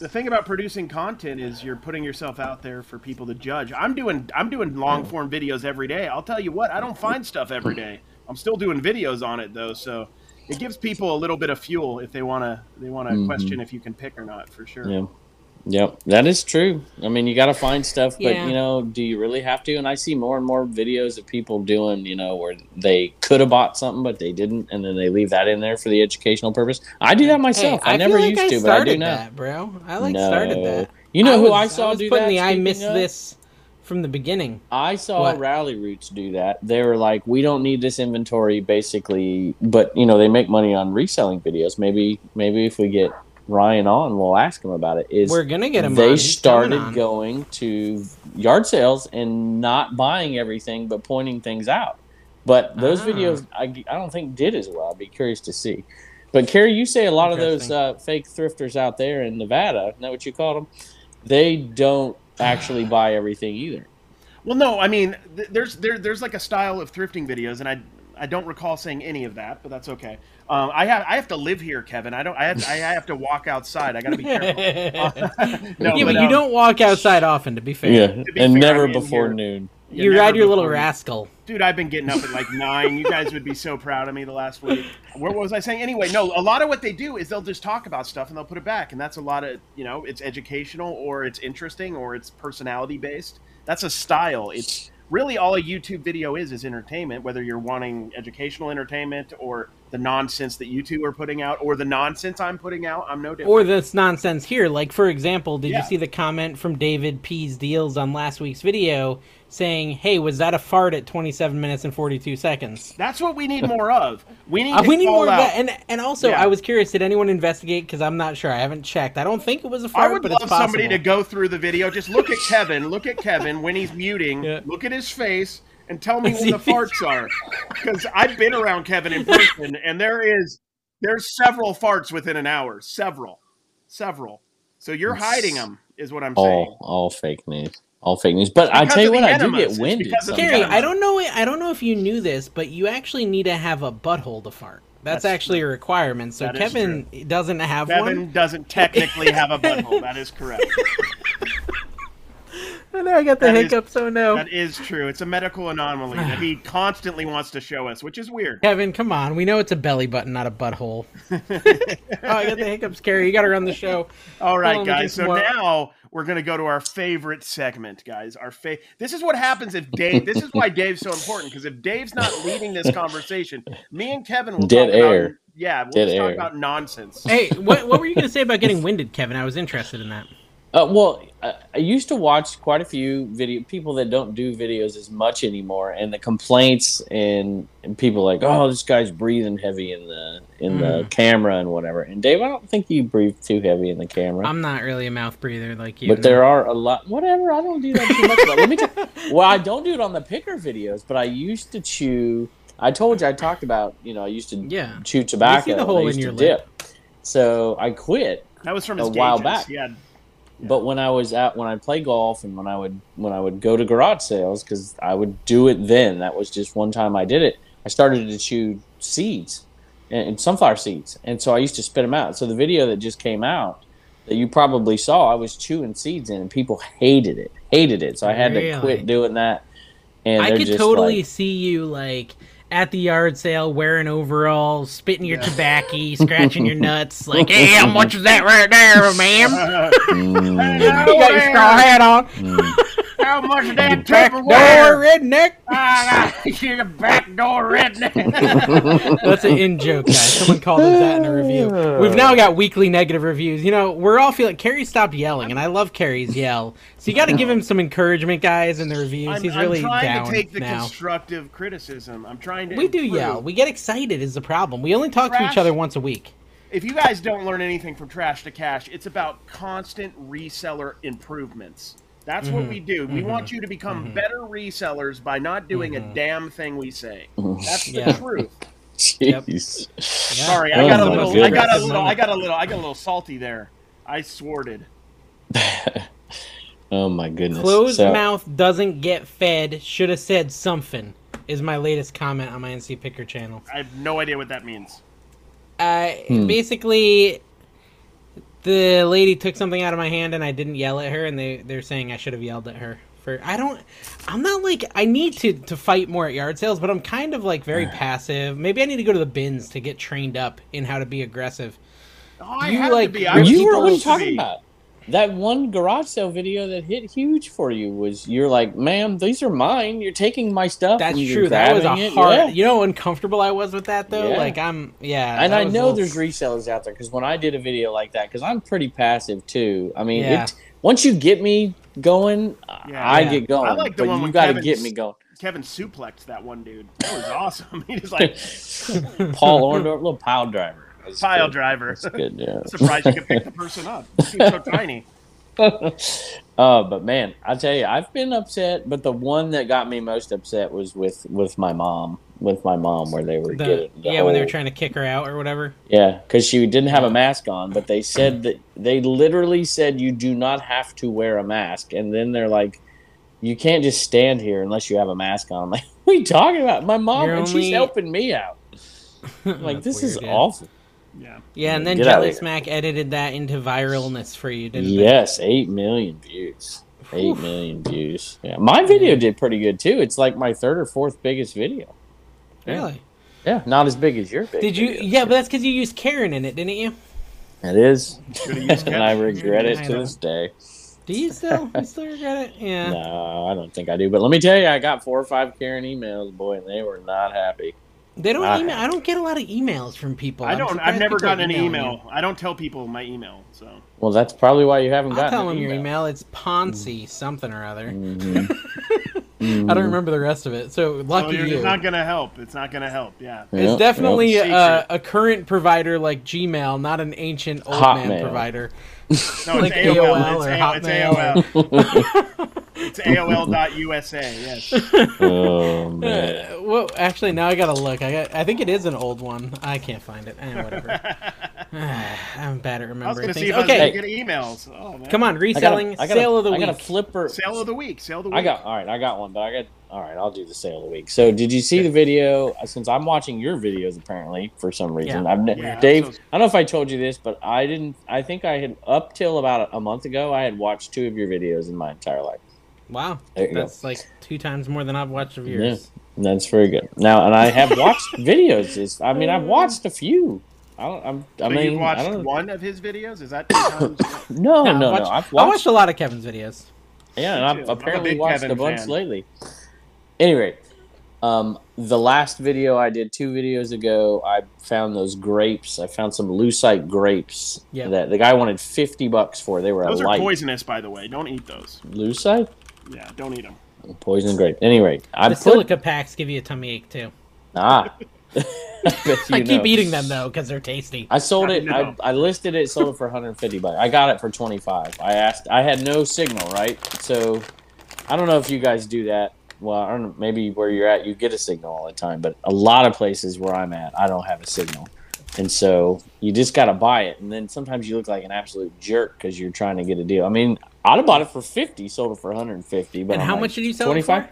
the thing about producing content is you're putting yourself out there for people to judge. I'm doing I'm doing long form videos every day. I'll tell you what, I don't find stuff every day. I'm still doing videos on it though, so it gives people a little bit of fuel if they want to they want to
Mm-hmm.
question if you can pick or not for sure.
Yeah. Yep, that is true. I mean, you got to find stuff, but
Yeah.
you know, do you really have to? And I see more and more videos of people doing, you know, where they could have bought something but they didn't, and then they leave that in there for the educational purpose. I do that myself.
Hey,
I,
feel
never
like
used
I
to, but I do
started
now.
that, bro. I like started that.
You know who I
was-
saw
was
do
putting
that,
The I
speaking
missed
of?
this from the beginning.
I saw
What?
Rally Roots do that. They were like, "We don't need this inventory, basically." But you know, they make money on reselling videos. Maybe, maybe if we get Ryan on, we'll ask him about it. Is
We're gonna get him.
they
on. He's coming
started
on.
going to yard sales and not buying everything but pointing things out but those
Ah.
videos I, I don't think did as well i'd be curious to see but Carrie, you say a lot of those
Interesting.
uh, fake thrifters out there in nevada is that what you call them they don't actually buy everything either
Well, no, I mean, th- there's there, there's like a style of thrifting videos, and I I don't recall saying any of that, but that's okay. Um, I have I have to live here, Kevin. I don't I have I have to walk outside. I got to be careful. no,
yeah, but you
um,
don't walk outside often. To be fair,
be
and
fair,
never
I mean,
before
you're-
noon
you
never
ride your little
before.
rascal.
Dude, I've been getting up at like nine. You guys would be so proud of me the last week. Where what was I saying? Anyway, no, a lot of what they do is they'll just talk about stuff and they'll put it back. And that's a lot of, you know, it's educational or it's interesting or it's personality based. That's a style. It's really all a YouTube video is, is entertainment, whether you're wanting educational entertainment or the nonsense that you two are putting out or the nonsense I'm putting out. I'm no different.
Or this nonsense here. Like for example, did
Yeah.
you see the comment from David P's Deals on last week's video saying, "Hey, was that a fart at 27 minutes and 42 seconds?"
that's what we need more of. We need,
Uh,
to
we need
call
more of
out-
that. And and also,
Yeah.
I was curious. Did anyone investigate? Because I'm not sure. I haven't checked. I don't think it was a
I
fart,
would
but
love
it's possible.
somebody to go through the video. Just look at Kevin. Look at Kevin when he's muting.
Yeah.
Look at his face and tell me
See
when the
if he-
farts are. Because I've been around Kevin in person, and there is there's several farts within an hour. Several, several. So you're hiding them, is what I'm saying.
all all fake news all fake news but i
because
tell you
of
what
the
i do
enemas.
get
It's
winded
because of the
sometimes.
Gary,
Yeah.
I don't know. I don't know if you knew this, but you actually need to have a butthole to fart. That's,
That's
actually a requirement. So
That is
Kevin doesn't have
Kevin
one.
doesn't technically have a butthole. That is correct.
I know I got the
that is-
hiccups. Oh no,
That is true. It's a medical anomaly that he constantly wants to show us, which is weird.
Kevin, come on. We know it's a belly button, not a butthole. oh, I got the hiccups, Gary. You got to run the show.
All right,
Hold on, let me
guys.
get
So
some more.
now we're gonna go to our favorite segment, guys. Our fa- This is what happens if Dave. this is why Dave's so important because if Dave's not leading this conversation, me and Kevin will
Dead
talk About,
air.
yeah, we'll
Dead
just talk
air.
about nonsense.
Hey, what what were you going to say about getting winded, Kevin? I was interested in that.
Uh, well, I, I used to watch quite a few video people that don't do videos as much anymore, and the complaints and, and people like, "Oh, this guy's breathing heavy in the in the
Mm-hmm.
camera and whatever." And Dave, I don't think you breathe too heavy in the camera.
I'm not really a mouth breather like you.
but there are a lot. Whatever, I don't do that too much. but let me. T- well, I don't do it on the picker videos, but I used to chew. I told you I talked about. You know, I used to
Yeah.
chew tobacco.
the
and I
hole in
used to
your lip.
dip. So I quit
That was from
A
his
while
gauges.
back.
He had
but when I was out, when I play golf and when I would when I would go to garage sales because I would do it then. That was just one time I did it. I started to chew seeds and, and sunflower seeds, and so I used to spit them out. So the video that just came out that you probably saw, I was chewing seeds in, and people hated it, hated it. So I had to
Really?
quit doing that. And
I
they're
could
just
totally
like-
see you like at the yard sale wearing overalls, spitting your tobacco, scratching your nuts, like, hey, how much is that right there, ma'am?
Mm,
You got your straw hat on.
how much of that
Back door
Tupperware?
redneck.
I got you the back door redneck.
That's an in joke, guys. Someone called us that in a review. We've now got weekly negative reviews. You know, we're all feeling. Carrie stopped yelling, and I love Carrie's yell. So you got to give him some encouragement, guys, in the reviews.
I'm,
He's
I'm
really
trying
down
to take the
now.
constructive criticism. I'm trying to.
we do
improve.
yell. We get excited is the problem. We only talk to each
Trash.
other once a week.
If you guys don't learn anything from Trash to Cash, it's about constant reseller improvements. That's
Mm-hmm.
what we do. We want you to become better resellers by not doing
Mm-hmm.
a damn thing we say. That's the
Yeah.
truth.
jeez.
Sorry,
Oh
I got a
my
little, I got a
goodness.
little, I got a little, I got a little salty there. I sworted.
Oh my goodness.
Closed
So-
mouth doesn't get fed. Should have said something. Is my latest comment on my NC Picker channel.
I have no idea what that means.
Uh,
Hmm.
Basically, the lady took something out of my hand and I didn't yell at her, and they they're saying I should have yelled at her. For I don't, I'm not like I need to to fight more at yard sales, but I'm kind of like very passive. Maybe I need to go to the bins to get trained up in how to be aggressive.
Oh, I
You
have
like-
to be. I was
you were what are you
supposed to
talking
be.
about? That one garage sale video that hit huge for you was you're like, ma'am, these are mine. You're taking my stuff.
That's
and you're
true. That was a
grabbing it."
hard.
Yeah.
You know how uncomfortable I was with that though.
Yeah.
Like I'm, yeah.
and
that
I
was a
know
little-
there's resellers out there because when I did a video like that, because I'm pretty passive too. I mean,
Yeah.
it, once you get me going,
Yeah.
I
Yeah.
get going.
I like the
but
one
you
with
got to
Kevin's-
get me going.
Kevin suplexed that one dude. That was awesome. He was like
Paul Orndorff, little pile driver. That's
pile
good.
driver.
Good, yeah.
Surprised you could pick the person up. He's so tiny.
Uh, but man, I tell you, I've been upset. But the one that got me most upset was with with my mom, with my mom, where they were
the-
getting the
yeah when they were
whole-
trying to kick her out or whatever.
yeah, because she didn't have a mask on. But they said that they literally said you do not have to wear a mask, and then they're like, you can't just stand here unless you have a mask on. I'm like, what are you talking about? My mom
You're
and
only-
she's helping me out. I'm like this is
weird, yeah.
awful.
Yeah.
Yeah, and then
Get outta
Jelly
here.
Smack edited that into viralness for you, didn't they?
Yes, eight million views. Eight million views. Yeah, my video did pretty good too. It's like my third or fourth biggest video.
Really?
Yeah, not as big as your big.
Did you?
video.
Yeah, but that's because you used Karen in it, didn't you?
It is, and
Kevin.
I regret it
I
to
know.
this day.
Do you still? you still regret it? Yeah.
No, I don't think I do. But let me tell you, I got four or five Karen emails, boy, and they were not happy.
They don't
I-
email. I don't get a lot of emails from people.
I
I'm
don't.
surprised
I've never
people are
gotten an
emailing you.
email. I don't tell people my email. So
Well, that's probably why you haven't
I'll
gotten
tell
an
them your email. It's Ponzi something or other.
Mhm. Mm-hmm.
I don't remember the rest of it. So
so
lucky
you're,
you.
it's not gonna help. It's not gonna help. Yeah.
Yeah,
It's definitely
yeah.
uh, a current provider like Gmail, not an ancient old man
Hotmail.
provider.
No,
Like
it's AOL.
AOL or
It's AOL. It's AOL. it's AOL.USA. Yes.
Oh man.
Uh, well, actually, now I gotta look. I got, I think it is an old one. I can't find it. Eh, whatever. I'm bad at
I was
remembering
gonna see
things.
if I
Okay,
was gonna get emails. Oh man.
come on,
I got a-
reselling
I got a-
sale of the
I got a
week.
flipper.
Sale of the week. Sale of the week.
I got all right. I got one, but I got all right. I'll do the sale of the week. So, did you see the video? Since I'm watching your videos, apparently for some reason,
Yeah.
I've ne-
Yeah,
Dave.
so-
I don't know if I told you this, but I didn't. I think I had up till about a month ago. I had watched two of your videos in my entire life.
wow,
There you go.
that's like two times more than I've watched of yours.
And that's very good. Now, and I have watched videos. It's, I
Uh,
mean, I've watched a few. I don't. I'm, I
So
mean,
you
I
watched
don't,
one of his videos? Is that two times?
no, Oh, no,
I've
no.
watched-
I've
I
watched
watched a lot of Kevin's videos.
Yeah, and I've
too. I'm a
apparently
big
watched
Kevin
a bunch
fan.
lately. Anyway, Um, the last video I did two videos ago, I found those grapes. I found some lucite grapes
Yeah.
that the guy wanted fifty bucks for. They were
Those
a
are
light
poisonous, by the way. Don't eat those.
lucite,
Yeah, don't eat them.
poison grape. Anyway, I
The
put
silica packs give you a tummy ache too.
ah. I bet
I
you
keep
know.
eating them though because they're tasty.
I sold it.
No.
I, I listed it, sold it for 150 bucks. I got it for 25. I asked. I had no signal, right? So I don't know if you guys do that. Well, I don't know, maybe where you're at, you get a signal all the time. But a lot of places where I'm at, I don't have a signal, and so you just got to buy it. And then sometimes you look like an absolute jerk because you're trying to get a deal. I mean, I'd have bought it for 50, sold it for 150. But
And
I'm
how
like,
much did you sell it
25?
for?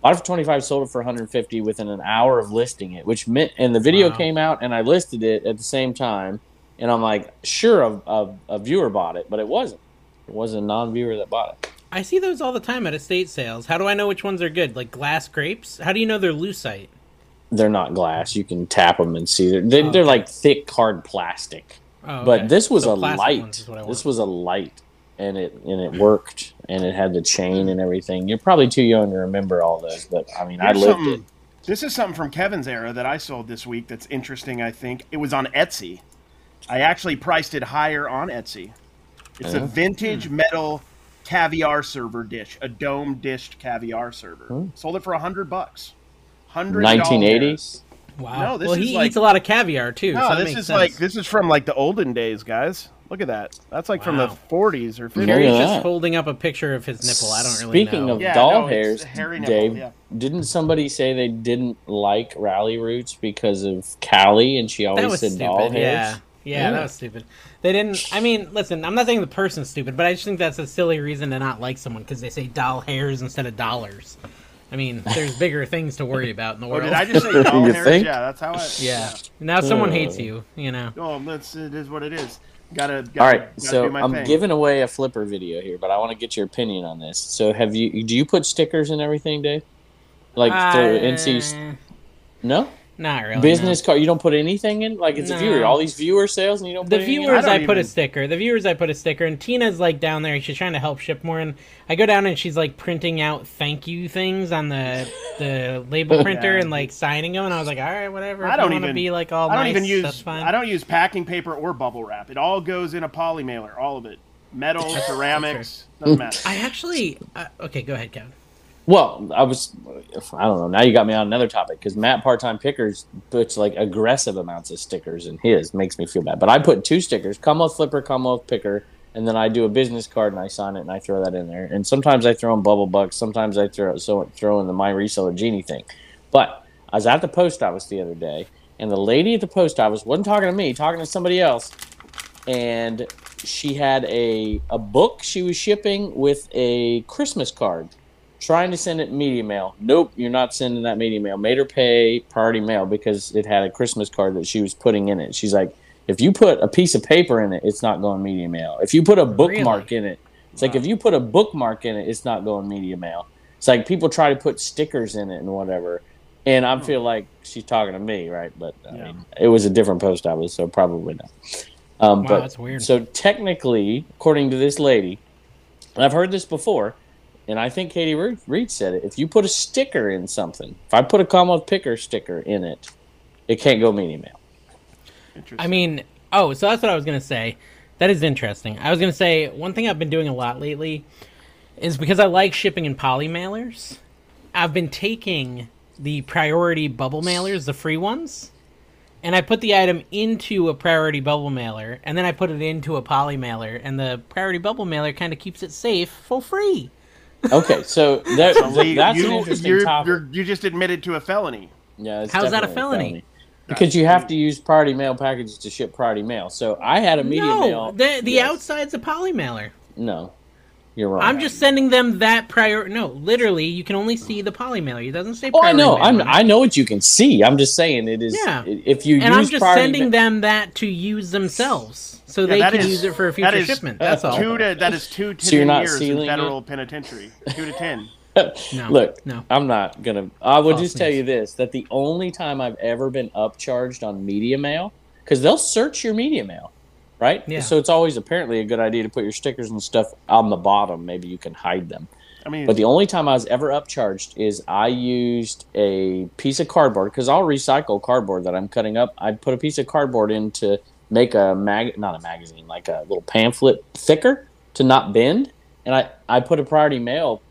Bought it for 25, sold it for 150 within an hour of listing it, which meant, and the video
Wow.
came out and I listed it at the same time. And I'm like, sure, a, a, a viewer bought it, but it wasn't. It was a non viewer that bought it.
I see those all the time at estate sales. How do I know which ones are good? Like glass grapes? How do you know they're lucite?
They're not glass. You can tap them and see. They're, they're, they're like thick, hard plastic.
Oh, okay.
But this was
So
a
plastic
light.
ones is what I
This
want.
was a light. And it and it worked, and it had the chain and everything. You're probably too young to remember all those, but I mean, I
Here's
lived
something-
it.
This is something from Kevin's era that I sold this week that's interesting, I think. It was on Etsy. I actually priced it higher on Etsy. It's a vintage
Hmm.
metal caviar server dish, a dome dished caviar server.
Hmm.
Sold it for a hundred bucks. Hundred dollars.
1980s.
wow.
no, this
well,
is
he
like-
eats a lot of caviar too. so
No,
that
this
makes
is
sense.
like this is from like the olden days, guys. Look at that. That's like from the
Wow.
40s or
Look
50s.
He's
at
just
that.
holding up a picture of his nipple. I don't really
Speaking
know.
of
Yeah,
doll
no, it's
hairs,
a hairy nipple,
Dave,
yeah.
didn't somebody say they didn't like rally roots because of Callie and she
that
always
was
said
stupid. yeah.
doll hairs?
yeah,
Yeah.
that was stupid. They didn't. I mean, listen, I'm not saying the person's stupid, but I just think that's a silly reason to not like someone because they say doll hairs instead of dollars. I mean, there's bigger things to worry about in the
Oh,
world.
did I just say doll
You
hairs?
think?
Yeah, that's how I.
Yeah. Now someone
Uh.
hates you. You know.
Oh, that's it is what it is. Gotta. gotta
All right,
gotta do
so
my
I'm
thing.
giving away a flipper video here, but I want to get your opinion on this. So, have you do you put stickers and everything, Dave? Like through NC?
Uh,
No
Not really. no.
business card. You don't put anything in. Like it's a
No.
viewer. All these viewer sales, and you don't.
The
put anything in?
viewers,
I
I,
don't
put a
even-
sticker. The viewers, I put a sticker. And Tina's like down there. She's trying to help ship more. And I go down and she's like printing out thank you things on the the label printer and like signing them. And I was like, all right, whatever.
I
If you
don't
wanna
even
be like all
I don't
nice.
even use.
That's fine.
I don't use packing paper or bubble wrap. It all goes in a poly mailer. All of it. Metal, ceramics, doesn't matter.
I actually. Uh, okay, go ahead, Kevin.
Well, I was, I don't know. Now you got me on another topic because Matt Part Time Pickers puts like aggressive amounts of stickers in his. Makes me feel bad. But I put two stickers, come off flipper, come off picker, and then I do a business card and I sign it and I throw that in there. And sometimes I throw in bubble bucks. Sometimes I throw so throw in the my reseller genie thing. But I was at the post office the other day, and the lady at the post office wasn't talking to me, talking to somebody else, and she had a a book she was shipping with a Christmas card trying to send it media mail. Nope, you're not sending that media mail. Made her pay priority mail because it had a Christmas card that she was putting in it. She's like, if you put a piece of paper in it, it's not going media mail. If you put a bookmark in it, it's like if you put a bookmark in it, it's not going media mail. It's like people try to put stickers in it and whatever. And I feel like she's talking to me, right? But I
Yeah.
mean, it was a different post I was, so probably not. Um,
Wow,
but,
that's weird.
So technically, according to this lady, and I've heard this before, and I think Katie Re- Reed said it. If you put a sticker in something, if I put a Commonwealth Picker sticker in it, it can't go media mail.
I mean, oh, so that's what I was gonna say. That is interesting. I was gonna say one thing I've been doing a lot lately is because I like shipping in poly mailers. I've been taking the priority bubble mailers, the free ones, and I put the item into a priority bubble mailer, and then I put it into a poly mailer, and the priority bubble mailer kind of keeps it safe for free.
Okay, so that,
Lee,
that's an
you,
interesting
you're,
topic.
you're, you just admitted to a felony.
Yeah, it's
How's that a
definitely
felony?
Because you have to use priority mail packages to ship priority mail. So I had a media
no,
mail.
the the
Yes.
outside's a poly mailer.
No, you're wrong.
I'm just sending them that prior. No, literally, you can only see the poly mailer. It doesn't say.
Oh, I
priority
know.
mail
I'm,
on it.
I know what you can see. I'm just saying it is.
Yeah.
If you
and
use
I'm just
priority
sending
ma-
them that to use themselves, so they
that
can
is-
use it for a future
that is
shipment. That's all.
Two to that is two to
So you're
ten
not
years in
sealing
federal penitentiary. Two to ten.
No,
Look,
no.
I'm not gonna. I will
False
just tell
news.
you this: that the only time I've ever been upcharged on media mail, because they'll search your media mail, right?
Yeah.
So it's always apparently a good idea to put your stickers and stuff on the bottom. Maybe you can hide them.
I mean,
But the only time I was ever upcharged is I used a piece of cardboard because I'll recycle cardboard that I'm cutting up. I put a piece of cardboard in to make a mag, not a magazine, like a little pamphlet thicker to not bend. And I, I put a priority mail,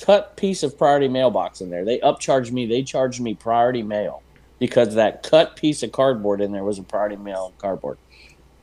cut piece of priority mailbox in there. They upcharged me. They charged me priority mail because that cut piece of cardboard in there was a priority mail cardboard.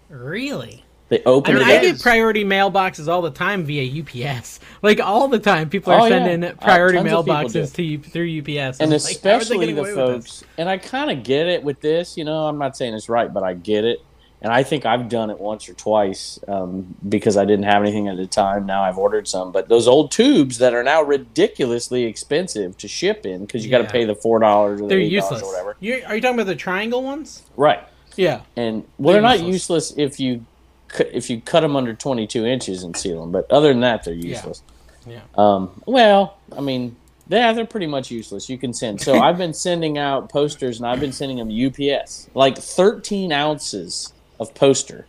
Really?
They
I
opened
mean,
it
I
up.
get priority mailboxes all the time via UPS. Like all the time, people are
Oh, yeah.
sending
Uh,
priority
tons of people
mailboxes
do.
to you through UPS.
and
I'm like, how are they
especially
getting
the
away with this?
folks and i kind of get it with this you know i'm not saying it's right but i get it and i think i've done it once or twice um, because i didn't have anything at the time now i've ordered some but those old tubes that are now ridiculously expensive to ship in because you got
Yeah.
to pay the four dollars or the
They're
eight dollars
useless.
or whatever
You're, are you talking about the triangle ones?
right
Yeah.
and well
They're
they're, not
useless.
useless if you cu- if you cut them under 22 inches and seal them but other than that they're
Yeah.
useless
Yeah.
um, well, I mean, yeah, they're pretty much useless. You can send. So I've been sending out posters, and I've been sending them UPS. Like 13 ounces of poster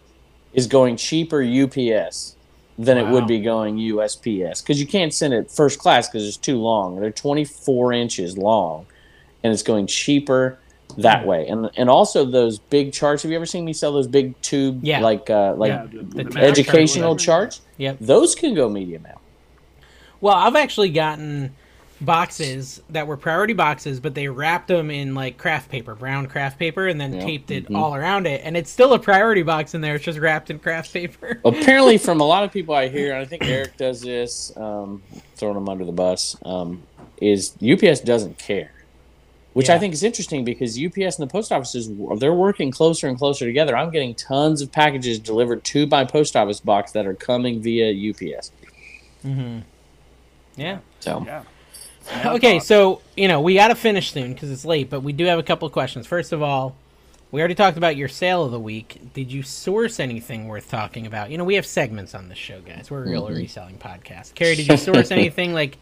is going cheaper UPS than it
Wow.
would be going USPS because you can't send it first class because it's too long. They're 24 inches long, and it's going cheaper
Hmm.
that way. And and also those big charts. Have you ever seen me sell those big tube
Yeah.
like uh, like
Yeah, the- the math
educational charts?
Yep.
Those can go media mail.
Well, I've actually gotten boxes that were priority boxes, but they wrapped them in like craft paper, brown craft paper, and then taped it all around it. And it's still a priority box in there. It's just wrapped in craft paper.
Oh. apparently from a lot of people i hear and i think eric does this um, throwing them under the bus um, is ups doesn't care which i
Yeah.
think is interesting because ups and the post offices they're working closer and closer together i'm getting tons of packages delivered to my post office box that are coming via ups
Yeah.
so
yeah.
Okay, so you know we got to finish soon because it's late, but we do have a couple of questions. First of all, we already talked about your sale of the week. Did you source anything worth talking about? You know, we have segments on this show, guys. We're a real reselling podcast. Carrie, did you source anything like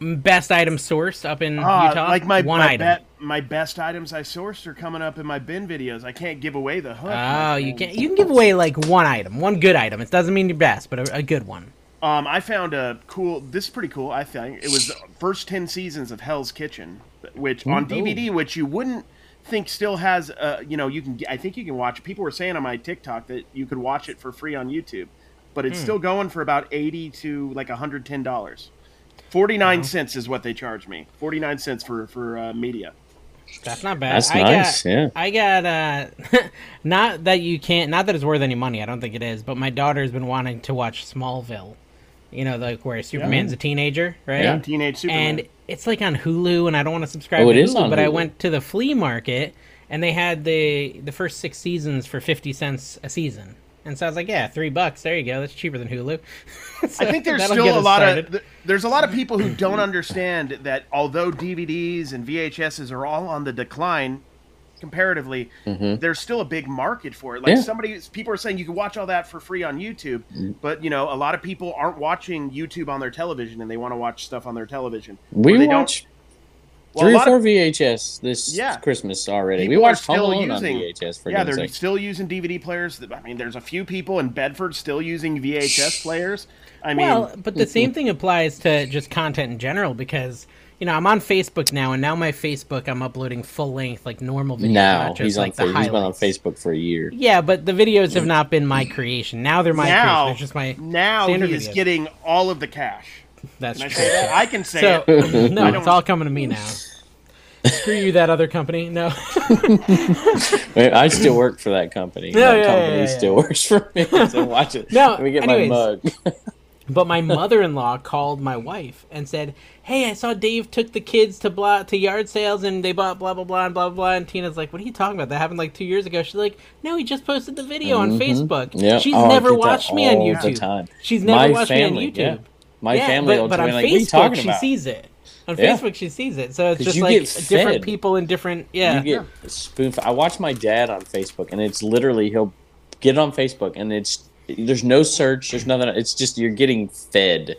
m- best item sourced up in
Ah,
Utah?
like my
one
my,
item.
bet- my best items I sourced are coming up in my bin videos. I can't give away the hook.
Oh, you can you can give away like one item, one good item. It doesn't mean your best, but a, a good one.
Um, I found a cool. This is pretty cool. I think it was the first ten seasons of Hell's Kitchen, which on DVD, which you wouldn't think still has. Uh, you know, you can. I think you can watch. People were saying on my TikTok that you could watch it for free on YouTube, but it's still going for about eighty to like hundred ten dollars. Forty nine cents is what they charged me. Forty nine cents for for uh, media.
That's not bad.
That's
I
nice,
Got,
yeah.
I got uh, not that you can't. Not that it's worth any money. I don't think it is. But my daughter's been wanting to watch Smallville. You know, like where Superman's a teenager, right?
Yeah.
Teenage Superman.
And it's like on Hulu, and I don't want to subscribe.
Oh,
to
it is
Hulu,
on
But I
Hulu.
went to the flea market, and they had the the first six seasons for fifty cents a season. And so I was like, yeah, three bucks. There you go. That's cheaper than Hulu.
I think there's still a lot of th- there's a lot of people who don't understand that although DVDs and VHSs are all on the decline comparatively, there's still a big market for it. Like
Mm-hmm. Yeah. Mm.
somebody people are saying you can watch all that for free on YouTube, but you know, a lot of people aren't watching YouTube on their television and they want to watch stuff on their television. Or
we
they don't-
watch
well, a
three or
lot of
four vhs this
Yeah.
christmas already we
people are
watched home alone on vhs for
yeah,
goodness
they're
sake.
still using DVD players. I mean, there's a few people in Bedford still using VHS players. I mean,
well, but the same thing applies to just content in general because you know I'm on Facebook now, and now my Facebook I'm uploading full length like normal videos, not
now
just
he's on
like the
Fa- he's been on Mm.
highlights.
facebook for a year
Yeah, but the videos have not been my creation. Now they're my
now,
creation. It's just my
now
standard
he is
videos.
getting all of the cash.
That's
Can I
true.
say that? I can say
So
it.
no, it's
don't-
all coming to me now. Screw you, that other company. No,
Wait, I still work for that company.
Yeah,
that
yeah,
company
yeah, yeah,
still works for me. So watch it.
No,
Let me get
anyways.
my mug.
but my mother-in-law called my wife and said, "Hey, I saw Dave took the kids to blah to yard sales and they bought blah blah blah and blah blah." blah." And Tina's like, "What are you talking about? That happened like two years ago." She's like, "No, he just posted the video on Facebook.
Mm-hmm. Yeah.
She's
Oh, I
never
get that
watched me on
all the
YouTube.
time.
She's never
My
watched me
family,
on YouTube."
yeah. My
Yeah,
family
but,
will
but
tell
on
me, like,
Facebook,
what are you talking
she
about?
sees it. On
Yeah.
Facebook, she sees it. So it's
'Cause
just
you
like
get
different
fed.
people in different. Yeah,
You get spoonful. I watch my dad on Facebook, and it's literally he'll get on Facebook, and it's there's no search, there's nothing. It's just you're getting fed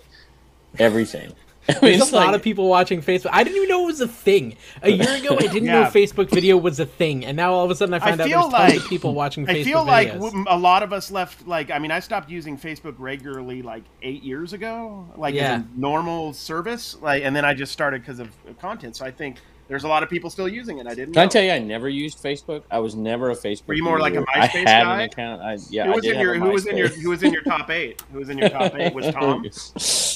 everything.
There's
it's
a lot
like-
of people watching Facebook. I didn't even know it was a thing. A year ago, I didn't know
Yeah.
Facebook video was a thing, and now all of a sudden, I find out
feel
there's tons
like-
of people watching Facebook
I feel like
videos.
w- a lot of us left. Like, I mean, I stopped using Facebook regularly like eight years ago, like
Yeah.
as a normal service. Like, and then I just started because of of content. So I think there's a lot of people still using it. I didn't.
Can I
know.
tell you, I never used Facebook. I was never a Facebook.
Were you more like a
user. I
MySpace
had
guy?
an account. I, yeah,
Who
I
was
did
in
have
your
a
Who was in your
MySpace.
Who was in your top eight? Who was in your top eight? Was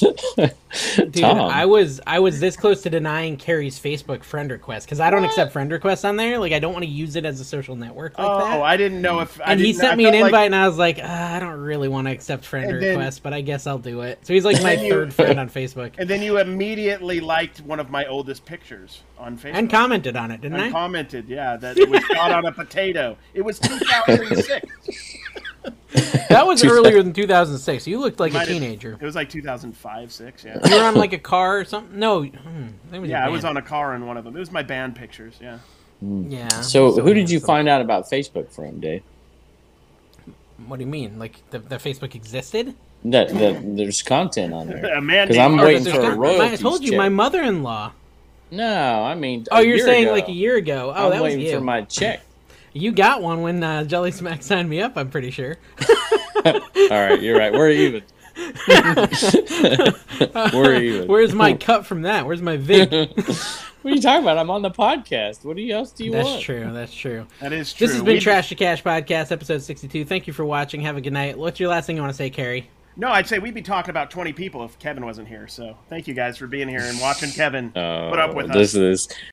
Tom?
Dude,
Tom.
I was I was this close to denying Carrie's Facebook friend request because I don't accept friend requests on there. Like I don't want to use it as a social network like
oh,
that.
I didn't know if. I
and he
didn't know- I
sent me an
felt
invite,
like-
and I was like, "Ah, I don't really want to accept friend
And then-
requests, but I guess I'll do it. So he's like my
you-
third friend on Facebook, and,
and then you immediately liked one of my oldest pictures on Facebook.
commented on it, didn't
and
I?
commented, yeah, that it was shot on a potato. It was 2006.
that was earlier than 2006. You looked like
Might
a
have-
teenager.
It was like 2005, six. Yeah,
You were on like a car or something. No, hmm, that was
yeah.
your
I was
band.
on a car in one of them. It was my band pictures. Yeah,
Yeah.
so, who did you
handsome.
find out about Facebook from, Dave?
What do you mean? Like the, the Facebook existed?
That, that there's content on there.
a man.
Because I'm
named Arthur-
waiting
There's
for a
not- my- I
royalties
told you,
check.
my mother-in-law.
No, I mean.
Oh,
a
you're
year
saying
ago.
like a year ago? Oh,
I'm
that was
waiting
you.
for my check.
You got one when uh, Jelly Smack signed me up. I'm pretty sure.
All right, you're right. We're even. We're even.
Where's my cut from that? Where's my vid?
What are you talking about? I'm on the podcast. What do you- else do you
That's
want?
true. That's true.
That is true.
This has been
We-
Trash to Cash Podcast, episode 62. Thank you for watching. Have a good night. What's your last thing you want to say, Carrie?
No, I'd say we'd be talking about 20 people if Kevin wasn't here. So thank you guys for being here and watching Kevin put up with us.
this is